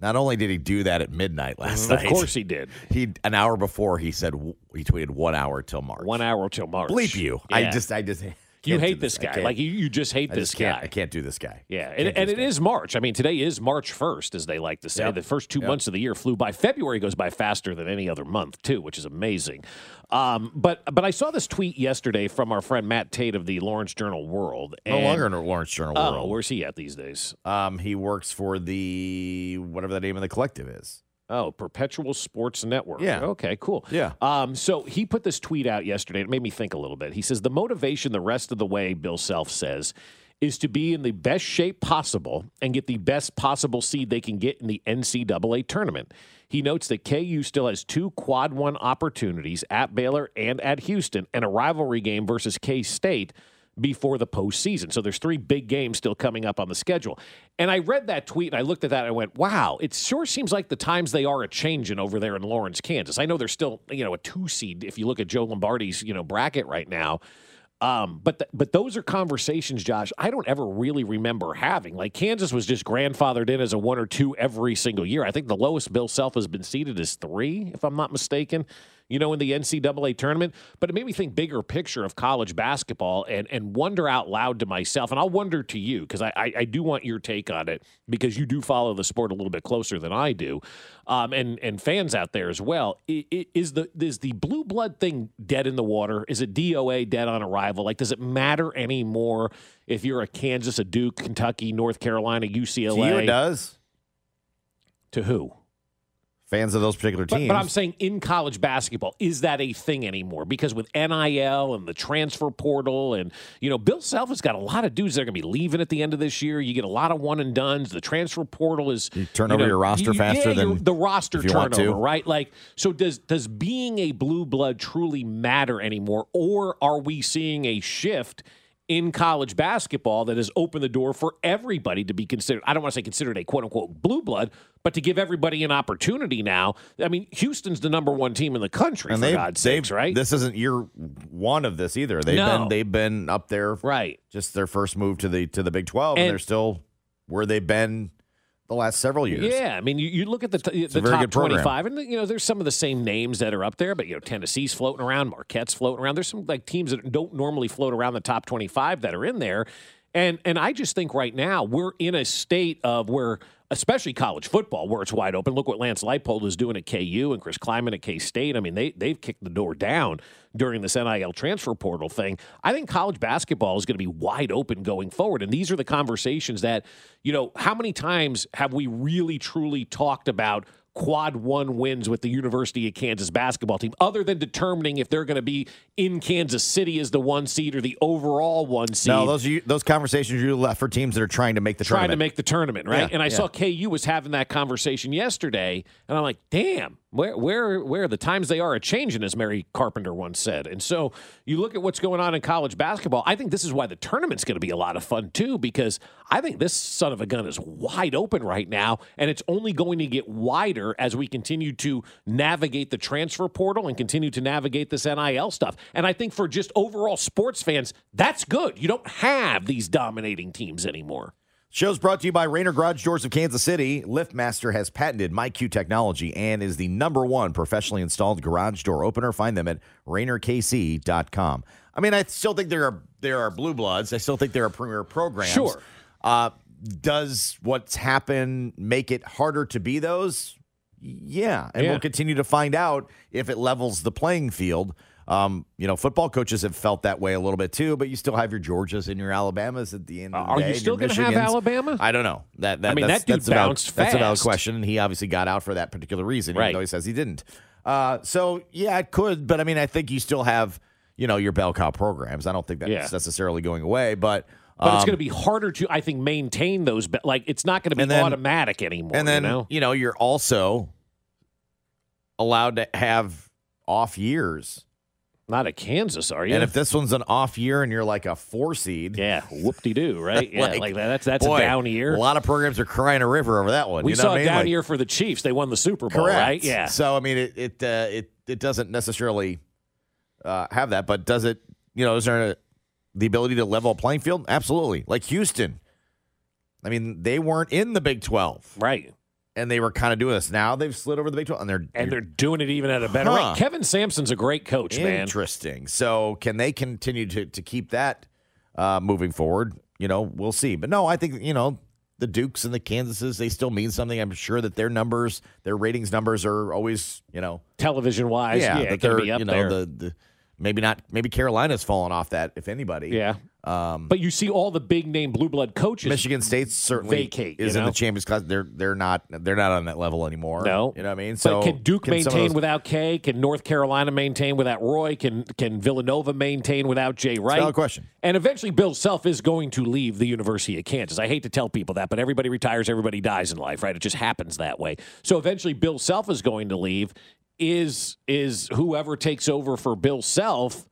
[SPEAKER 1] not only did he do that at midnight last
[SPEAKER 2] Of
[SPEAKER 1] night,
[SPEAKER 2] course he did.
[SPEAKER 1] He an hour before he said w- he tweeted one hour till March.
[SPEAKER 2] One hour till March.
[SPEAKER 1] Bleep you! I
[SPEAKER 2] Yeah.
[SPEAKER 1] just, I just.
[SPEAKER 2] You
[SPEAKER 1] can't do
[SPEAKER 2] hate this
[SPEAKER 1] I
[SPEAKER 2] guy.
[SPEAKER 1] can't.
[SPEAKER 2] Like you, you just hate
[SPEAKER 1] I
[SPEAKER 2] this
[SPEAKER 1] just can't-
[SPEAKER 2] guy.
[SPEAKER 1] I can't do this guy.
[SPEAKER 2] Yeah,
[SPEAKER 1] Can't
[SPEAKER 2] and,
[SPEAKER 1] do
[SPEAKER 2] and
[SPEAKER 1] this
[SPEAKER 2] it is March. I mean, today is March 1st, as they like to say.
[SPEAKER 1] Yep.
[SPEAKER 2] The first two
[SPEAKER 1] Yep.
[SPEAKER 2] months of the year flew by. February goes by faster than any other month, too, which is amazing. Um, but but I saw this tweet yesterday from our friend Matt Tate of the Lawrence Journal World.
[SPEAKER 1] No
[SPEAKER 2] and-
[SPEAKER 1] longer in the Lawrence Journal
[SPEAKER 2] Oh,
[SPEAKER 1] World.
[SPEAKER 2] where's he at these days?
[SPEAKER 1] Um, he works for the whatever the name of the collective is.
[SPEAKER 2] Oh, Perpetual Sports Network.
[SPEAKER 1] Yeah.
[SPEAKER 2] Okay, cool.
[SPEAKER 1] Yeah.
[SPEAKER 2] Um, so he put this tweet out yesterday. It made me think a little bit. He says, The motivation the rest of the way, Bill Self says, is to be in the best shape possible and get the best possible seed they can get in the NCAA tournament. He notes that KU still has two quad one opportunities at Baylor and at Houston and a rivalry game versus K State before the postseason. So there's three big games still coming up on the schedule. And I read that tweet and I looked at that and I went, wow, it sure seems like the times they are a changing over there in Lawrence, Kansas. I know they're still, you know, a two seed if you look at Joe Lombardi's, you know, bracket right now. Um, but th- but those are conversations, Josh. I don't ever really remember having. Like Kansas was just grandfathered in as a one or two every single year. I think the lowest Bill Self has been seated is three, if I'm not mistaken. You know, in the NCAA tournament. But it made me think bigger picture of college basketball and and wonder out loud to myself, and I'll wonder to you because I, I I do want your take on it because you do follow the sport a little bit closer than I do, um, and and fans out there as well. I- i- Is the is the blue blood thing dead in the water? Is it DOA dead on arrival? Like, does it matter anymore if you're a Kansas, a Duke, Kentucky, North Carolina,
[SPEAKER 1] To
[SPEAKER 2] UCLA?
[SPEAKER 1] you, it does.
[SPEAKER 2] To who?
[SPEAKER 1] Fans of those particular
[SPEAKER 2] But,
[SPEAKER 1] teams.
[SPEAKER 2] but I'm saying in college basketball, is that a thing anymore? Because with NIL and the transfer portal, and you know, Bill Self has got a lot of dudes that are going to be leaving at the end of this year. You get a lot of one and duns. The transfer portal is you
[SPEAKER 1] turn over your roster
[SPEAKER 2] yeah,
[SPEAKER 1] faster
[SPEAKER 2] your-
[SPEAKER 1] than
[SPEAKER 2] the roster
[SPEAKER 1] if you want
[SPEAKER 2] turnover,
[SPEAKER 1] to.
[SPEAKER 2] right? Like, so does does being a blue blood truly matter anymore, or are we seeing a shift? In college basketball, that has opened the door for everybody to be considered. I don't want to say considered a quote unquote blue blood, but to give everybody an opportunity now. I mean, Houston's the number one team in the country, for
[SPEAKER 1] they,
[SPEAKER 2] God's sakes, right?
[SPEAKER 1] This isn't year one of this either. They've
[SPEAKER 2] No.
[SPEAKER 1] been they've been up there,
[SPEAKER 2] right?
[SPEAKER 1] Just their first move to the to the Big Twelve, and,
[SPEAKER 2] And-
[SPEAKER 1] they're still where they've been the last several years.
[SPEAKER 2] Yeah, I mean, you, you look at the t-
[SPEAKER 1] a
[SPEAKER 2] the
[SPEAKER 1] very
[SPEAKER 2] top
[SPEAKER 1] good program.
[SPEAKER 2] twenty-five, and you know, there's some of the same names that are up there, but you know, Tennessee's floating around, Marquette's floating around. There's some like teams that don't normally float around the top twenty-five that are in there, and and I just think right now we're in a state of where especially college football where it's wide open. Look what Lance Leipold is doing at KU and Chris Kleiman at K State. I mean, they they've kicked the door down during this NIL transfer portal thing. I think college basketball is going to be wide open going forward. And these are the conversations that, you know, how many times have we really truly talked about quad one wins with the University of Kansas basketball team, other than determining if they're going to be in Kansas City as the one seed or the overall one seed.
[SPEAKER 1] No, those are you, those conversations you left for teams that are trying to make the
[SPEAKER 2] trying
[SPEAKER 1] tournament.
[SPEAKER 2] to make the tournament, right?
[SPEAKER 1] Yeah,
[SPEAKER 2] and I
[SPEAKER 1] yeah.
[SPEAKER 2] saw KU was having that conversation yesterday, and I'm like, damn, where where where are the times they are a changing, as Mary Carpenter once said. And so you look at what's going on in college basketball. I think this is why the tournament's going to be a lot of fun too, because I think this son of a gun is wide open right now, and it's only going to get wider as we continue to navigate the transfer portal and continue to navigate this NIL stuff. And I think for just overall sports fans, that's good. You don't have these dominating teams anymore.
[SPEAKER 1] Show's brought to you by Rainer Garage Doors of Kansas City. LiftMaster has patented MyQ technology and is the number one professionally installed garage door opener. Find them at RainerKC.com. I mean, I still think there are there are blue bloods. I still think there are premier programs.
[SPEAKER 2] Sure.
[SPEAKER 1] Uh, does what's happened make it harder to be those? Yeah, and
[SPEAKER 2] Yeah.
[SPEAKER 1] we'll continue to find out if it levels the playing field. Um, you know, football coaches have felt that way a little bit too, but you still have your Georgias and your Alabamas at the end. Of the
[SPEAKER 2] Are
[SPEAKER 1] day,
[SPEAKER 2] you
[SPEAKER 1] and your
[SPEAKER 2] still going to have
[SPEAKER 1] Michigans.
[SPEAKER 2] Alabama?
[SPEAKER 1] I don't know. That, that
[SPEAKER 2] I mean,
[SPEAKER 1] that's,
[SPEAKER 2] that dude
[SPEAKER 1] that's a valid-
[SPEAKER 2] bounced
[SPEAKER 1] That's a valid
[SPEAKER 2] fast.
[SPEAKER 1] question. He obviously got out for that particular reason,
[SPEAKER 2] Right.
[SPEAKER 1] even though he says he didn't. Uh, so yeah, it could, but I mean, I think you still have you know your bell cow programs. I don't think that's
[SPEAKER 2] Yeah.
[SPEAKER 1] necessarily going away, but
[SPEAKER 2] But it's
[SPEAKER 1] um,
[SPEAKER 2] going to be harder to, I think, maintain those. ba- Like it's not going to be
[SPEAKER 1] And then-
[SPEAKER 2] automatic anymore.
[SPEAKER 1] And then
[SPEAKER 2] you know?
[SPEAKER 1] you're also allowed to have off years.
[SPEAKER 2] not at Kansas, are you?
[SPEAKER 1] And if this one's an off year and you're like a four seed,
[SPEAKER 2] yeah, whoop de doo, right? Yeah, like, that, that's that's
[SPEAKER 1] boy,
[SPEAKER 2] a down year.
[SPEAKER 1] A lot of programs are crying a river over that one.
[SPEAKER 2] we
[SPEAKER 1] you know
[SPEAKER 2] saw
[SPEAKER 1] what I
[SPEAKER 2] a
[SPEAKER 1] mean?
[SPEAKER 2] down
[SPEAKER 1] Like-
[SPEAKER 2] year for the Chiefs. They won the Super Bowl,
[SPEAKER 1] Correct.
[SPEAKER 2] right? Yeah.
[SPEAKER 1] So I mean, it it uh, it it doesn't necessarily uh, have that, but does it? You know, is there a, the ability to level a playing field? Absolutely. Like Houston, I mean, they weren't in the Big Twelve,
[SPEAKER 2] right?
[SPEAKER 1] And they were kind of doing this. Now they've slid over the Big Twelve, and they're
[SPEAKER 2] and they're doing it even at a better
[SPEAKER 1] Huh.
[SPEAKER 2] rate. Kevin Sampson's a great coach, man.
[SPEAKER 1] Interesting. So can they continue to to keep that uh, moving forward? You know, we'll see. But no, I think you know the Dukes and the Kansases they still mean something. I'm sure that their numbers, their ratings numbers, are always you know
[SPEAKER 2] Television wise, yeah, it
[SPEAKER 1] that
[SPEAKER 2] can
[SPEAKER 1] they're
[SPEAKER 2] be up
[SPEAKER 1] you know
[SPEAKER 2] there.
[SPEAKER 1] the the maybe not maybe Carolina's fallen off that if anybody.
[SPEAKER 2] yeah.
[SPEAKER 1] Um,
[SPEAKER 2] But you see all the big name blue blood coaches.
[SPEAKER 1] Michigan State certainly
[SPEAKER 2] vacate,
[SPEAKER 1] is
[SPEAKER 2] you
[SPEAKER 1] in
[SPEAKER 2] know?
[SPEAKER 1] the Champions class. They're they're not they're not on that level anymore.
[SPEAKER 2] No,
[SPEAKER 1] you know what I mean.
[SPEAKER 2] But
[SPEAKER 1] So
[SPEAKER 2] can Duke
[SPEAKER 1] some of
[SPEAKER 2] maintain
[SPEAKER 1] those-
[SPEAKER 2] without K? Can North Carolina maintain without Roy? Can Can Villanova maintain without Jay Wright?
[SPEAKER 1] valid question.
[SPEAKER 2] And eventually, Bill Self is going to leave the University of Kansas. I hate to tell people that, but everybody retires, everybody dies in life, right? It just happens that way. So eventually, Bill Self is going to leave. Is is whoever takes over for Bill Self?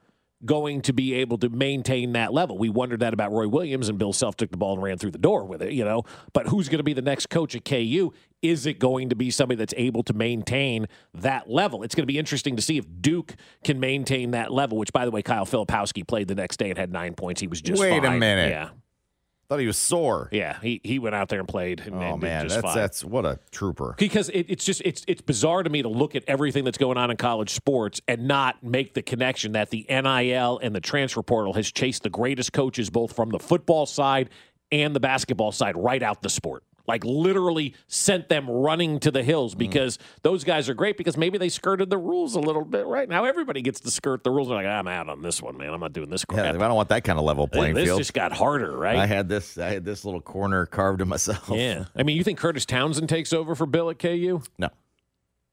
[SPEAKER 2] Going to be able to maintain that level. We wondered that about Roy Williams, and Bill Self took the ball and ran through the door with it, you know. But who's going to be the next coach at KU? Is it going to be somebody that's able to maintain that level? It's going to be interesting to see if Duke can maintain that level, which, by the way, Kyle Filipowski played the next day and had nine points. He was just
[SPEAKER 1] Wait a
[SPEAKER 2] fine.
[SPEAKER 1] minute.
[SPEAKER 2] Yeah,
[SPEAKER 1] thought he was sore.
[SPEAKER 2] yeah. He he went out there and played. And,
[SPEAKER 1] Oh
[SPEAKER 2] and did
[SPEAKER 1] man,
[SPEAKER 2] just
[SPEAKER 1] that's
[SPEAKER 2] fine.
[SPEAKER 1] that's what a trooper.
[SPEAKER 2] because it, it's just it's it's bizarre to me to look at everything that's going on in college sports and not make the connection that the NIL and the transfer portal has chased the greatest coaches both from the football side and the basketball side right out the sport. Like literally sent them running to the
[SPEAKER 1] Mm.
[SPEAKER 2] hills because those guys are great because maybe they skirted the rules a little bit, right? Now everybody gets to skirt the rules. They're like, I'm out on this one, man. I'm not doing this
[SPEAKER 1] Yeah, I
[SPEAKER 2] crap.
[SPEAKER 1] don't want that kind of level playing
[SPEAKER 2] this
[SPEAKER 1] field.
[SPEAKER 2] just got harder, right?
[SPEAKER 1] I had this. I had this little corner carved to myself.
[SPEAKER 2] yeah. I mean, you think Curtis Townsend takes over for Bill at KU?
[SPEAKER 1] No.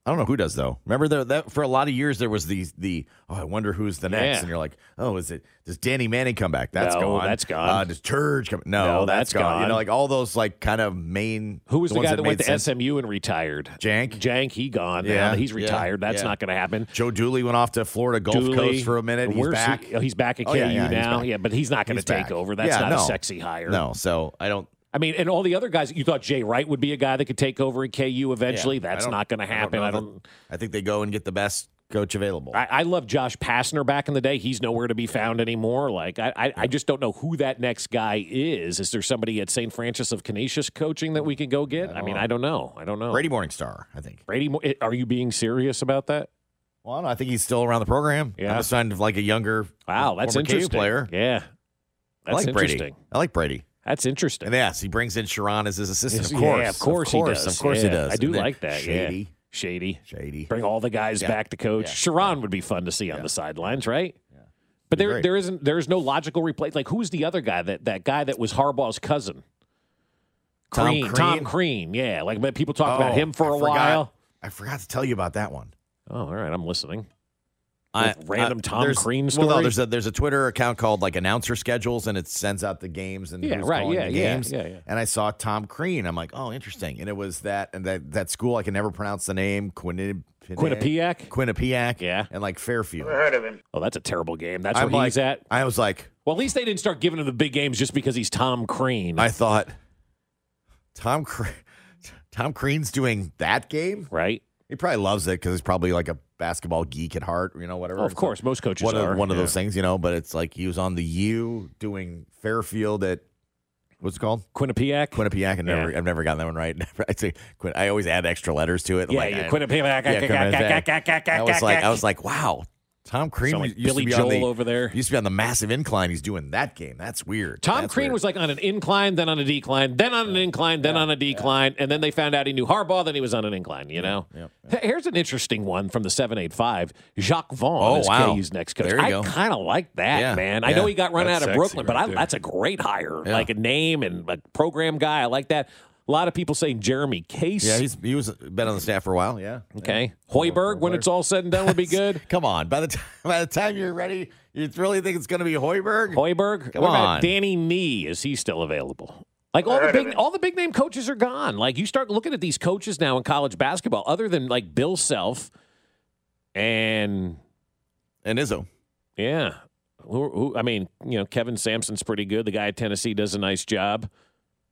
[SPEAKER 1] I don't know who does though. Remember the, that for a lot of years there was the the oh I wonder who's the next
[SPEAKER 2] Yeah.
[SPEAKER 1] and you're like oh is it does Danny Manning come back that's
[SPEAKER 2] No,
[SPEAKER 1] gone
[SPEAKER 2] that's gone.
[SPEAKER 1] uh, does Turge come no,
[SPEAKER 2] No,
[SPEAKER 1] that's
[SPEAKER 2] that's
[SPEAKER 1] gone. you
[SPEAKER 2] gone.
[SPEAKER 1] know like all those like kind of main
[SPEAKER 2] Who was the,
[SPEAKER 1] ones
[SPEAKER 2] guy that, went
[SPEAKER 1] made
[SPEAKER 2] to
[SPEAKER 1] sense.
[SPEAKER 2] SMU and retired?
[SPEAKER 1] Jank
[SPEAKER 2] Jank, he gone.
[SPEAKER 1] Yeah,
[SPEAKER 2] Yeah, he's
[SPEAKER 1] yeah,
[SPEAKER 2] retired. That's
[SPEAKER 1] yeah.
[SPEAKER 2] not going to happen.
[SPEAKER 1] Joe Dooley went off to Florida Gulf
[SPEAKER 2] Dooley,
[SPEAKER 1] Coast for a minute he's
[SPEAKER 2] where's he-
[SPEAKER 1] back
[SPEAKER 2] oh, he's back at
[SPEAKER 1] Oh, yeah,
[SPEAKER 2] KU
[SPEAKER 1] yeah, he's
[SPEAKER 2] now.
[SPEAKER 1] back.
[SPEAKER 2] Yeah, but he's not going to
[SPEAKER 1] He's
[SPEAKER 2] take
[SPEAKER 1] back.
[SPEAKER 2] over. That's
[SPEAKER 1] Yeah,
[SPEAKER 2] not a
[SPEAKER 1] no.
[SPEAKER 2] sexy hire.
[SPEAKER 1] no so I don't
[SPEAKER 2] I mean, and all the other guys, you thought Jay Wright would be a guy that could take over at KU eventually.
[SPEAKER 1] yeah, I
[SPEAKER 2] That's
[SPEAKER 1] don't-
[SPEAKER 2] not going to
[SPEAKER 1] I don't
[SPEAKER 2] happen.
[SPEAKER 1] know
[SPEAKER 2] I
[SPEAKER 1] that-
[SPEAKER 2] don't.
[SPEAKER 1] I think they go and get the best coach available
[SPEAKER 2] I, I love Josh Pastner back in the day. He's nowhere to be found anymore. Like I, I, I just don't know who that next guy is. Is there somebody at St. Francis of Canisius coaching that we could go get? I, mean, I don't know. I don't know.
[SPEAKER 1] Brady Morningstar I think
[SPEAKER 2] Brady, Mo- are you being serious about that?
[SPEAKER 1] well I, don't know, I think he's still around the program
[SPEAKER 2] Yeah.
[SPEAKER 1] I'm assigned like a younger
[SPEAKER 2] Wow, that's
[SPEAKER 1] former KU
[SPEAKER 2] interesting.
[SPEAKER 1] player
[SPEAKER 2] Yeah, that's
[SPEAKER 1] I like
[SPEAKER 2] interesting.
[SPEAKER 1] Brady I like Brady
[SPEAKER 2] That's interesting.
[SPEAKER 1] And yes, he brings in Sharon as his assistant.
[SPEAKER 2] Yes,
[SPEAKER 1] Of course,
[SPEAKER 2] yeah, of course, he does.
[SPEAKER 1] Of course he
[SPEAKER 2] Yeah,
[SPEAKER 1] does.
[SPEAKER 2] I do
[SPEAKER 1] Isn't it
[SPEAKER 2] like that. yeah.
[SPEAKER 1] Shady.
[SPEAKER 2] shady,
[SPEAKER 1] shady.
[SPEAKER 2] Bring all the guys
[SPEAKER 1] Yeah.
[SPEAKER 2] back to coach.
[SPEAKER 1] Yeah.
[SPEAKER 2] Sharon would be fun to see on the sidelines, right? Yeah. But
[SPEAKER 1] Be
[SPEAKER 2] there,
[SPEAKER 1] great.
[SPEAKER 2] there isn't, there is no logical replace. Like, who's the other guy? That that guy that was Harbaugh's cousin,
[SPEAKER 1] Tom Crean?
[SPEAKER 2] Tom Crean. Yeah, like but people talked about
[SPEAKER 1] Oh,
[SPEAKER 2] him for
[SPEAKER 1] I
[SPEAKER 2] a
[SPEAKER 1] forgot-
[SPEAKER 2] while.
[SPEAKER 1] I forgot to tell you about that one.
[SPEAKER 2] Oh, all right, I'm listening. Like random Tom
[SPEAKER 1] there's-
[SPEAKER 2] Crean
[SPEAKER 1] Well,
[SPEAKER 2] story?
[SPEAKER 1] no, there's a there's a Twitter account called like Announcer Schedules, and it sends out the games and
[SPEAKER 2] Yeah,
[SPEAKER 1] who's
[SPEAKER 2] right,
[SPEAKER 1] calling
[SPEAKER 2] yeah,
[SPEAKER 1] the
[SPEAKER 2] yeah,
[SPEAKER 1] games.
[SPEAKER 2] yeah, yeah.
[SPEAKER 1] And I saw Tom Crean. I'm like, oh, interesting. And it was that and that that school I can never pronounce the name Quinnip-
[SPEAKER 2] Quinnipiac?
[SPEAKER 1] Quinnipiac,
[SPEAKER 2] yeah,
[SPEAKER 1] and like Fairfield.
[SPEAKER 8] heard of him.
[SPEAKER 2] Oh, that's a terrible game. That's
[SPEAKER 1] I'm
[SPEAKER 2] where
[SPEAKER 1] like,
[SPEAKER 2] he's at.
[SPEAKER 1] I was like,
[SPEAKER 2] Well, at least they didn't start giving him the big games just because he's Tom Crean.
[SPEAKER 1] I thought Tom Cre- Tom Crean's doing that game,
[SPEAKER 2] right?
[SPEAKER 1] He probably loves it because he's probably like a basketball geek at heart, you know, whatever.
[SPEAKER 2] Oh, of
[SPEAKER 1] It's
[SPEAKER 2] course,
[SPEAKER 1] like
[SPEAKER 2] most coaches
[SPEAKER 1] one
[SPEAKER 2] are,
[SPEAKER 1] of, one of
[SPEAKER 2] yeah.
[SPEAKER 1] those things, you know. But it's like he was on the U doing Fairfield at what's it called
[SPEAKER 2] Quinnipiac.
[SPEAKER 1] Quinnipiac. I've never, I've never gotten that one right. I say Quin- I always add extra letters to it.
[SPEAKER 2] Yeah,
[SPEAKER 1] like,
[SPEAKER 2] yeah,
[SPEAKER 1] I-
[SPEAKER 2] Quinnipiac.
[SPEAKER 1] Yeah, Quinnipiac. I was like, I was like, wow, Tom Crean
[SPEAKER 2] Sound like
[SPEAKER 1] used to
[SPEAKER 2] Billy
[SPEAKER 1] be on the-
[SPEAKER 2] Joel over there.
[SPEAKER 1] Used to be on the massive incline. He's doing that game. That's weird.
[SPEAKER 2] Tom
[SPEAKER 1] That's
[SPEAKER 2] Crean
[SPEAKER 1] weird.
[SPEAKER 2] was like on an incline, then on a decline, then on an incline, then on a decline, and then they found out he knew Harbaugh, then he was on an incline. You know, H- here's an interesting one from the seven eight five. Jacques Vaughn
[SPEAKER 1] Oh,
[SPEAKER 2] is
[SPEAKER 1] wow.
[SPEAKER 2] KU's next coach.
[SPEAKER 1] There you
[SPEAKER 2] I
[SPEAKER 1] go.
[SPEAKER 2] kind of like that,
[SPEAKER 1] Yeah,
[SPEAKER 2] man. I
[SPEAKER 1] yeah.
[SPEAKER 2] know he got run
[SPEAKER 1] That's
[SPEAKER 2] out of
[SPEAKER 1] sexy
[SPEAKER 2] Brooklyn, but
[SPEAKER 1] right
[SPEAKER 2] I,
[SPEAKER 1] there.
[SPEAKER 2] that's a great hire,
[SPEAKER 1] Yeah.
[SPEAKER 2] like a name and a program guy. I like that. A lot of people saying Jeremy Case.
[SPEAKER 1] Yeah, he's he was been on the staff for a while. Yeah.
[SPEAKER 2] okay. Hoiberg, when it's all said and done, would be good.
[SPEAKER 1] Come on, by the time by the time you're ready, you really think it's going to be Hoiberg?
[SPEAKER 2] Hoiberg.
[SPEAKER 1] Come
[SPEAKER 2] what about
[SPEAKER 1] on.
[SPEAKER 2] Danny Nee? Is he still available? Like all the big all the big name coaches are gone. Like you start looking at these coaches now in college basketball, other than like Bill Self and
[SPEAKER 1] and Izzo.
[SPEAKER 2] Yeah. Who, who I mean, you know, Kevin Sampson's pretty good. The guy at Tennessee does a nice job.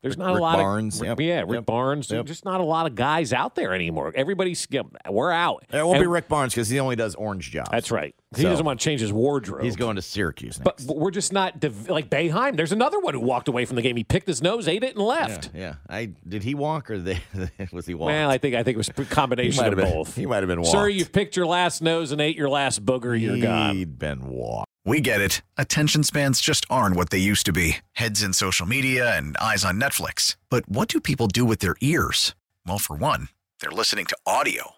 [SPEAKER 2] There's not
[SPEAKER 1] Rick
[SPEAKER 2] a lot
[SPEAKER 1] Barnes,
[SPEAKER 2] of
[SPEAKER 1] yep,
[SPEAKER 2] yeah, Rick
[SPEAKER 1] yep,
[SPEAKER 2] Barnes. There's
[SPEAKER 1] yep.
[SPEAKER 2] just not a lot of guys out there anymore. Everybody's you know, we're out.
[SPEAKER 1] It won't be
[SPEAKER 2] And-
[SPEAKER 1] Rick Barnes because he only does orange jobs.
[SPEAKER 2] That's right. He
[SPEAKER 1] So-
[SPEAKER 2] doesn't want to change his wardrobe.
[SPEAKER 1] He's going to Syracuse. Next.
[SPEAKER 2] But, but we're just not div- like Bayheim. There's another one who walked away from the game. He picked his nose, ate it, and left.
[SPEAKER 1] yeah, yeah. I did he walk or they, was he walked?
[SPEAKER 2] Well, I think I think it was a combination
[SPEAKER 1] might
[SPEAKER 2] of
[SPEAKER 1] have been-
[SPEAKER 2] both.
[SPEAKER 1] he might have been
[SPEAKER 2] Sir,
[SPEAKER 1] walked.
[SPEAKER 2] you've picked your last nose and ate your last booger. You're gone.
[SPEAKER 1] He'd been walked.
[SPEAKER 13] We get it. Attention spans just aren't what they used to be heads in social media and eyes on Netflix. But what do people do with their ears? Well, for one, they're listening to audio.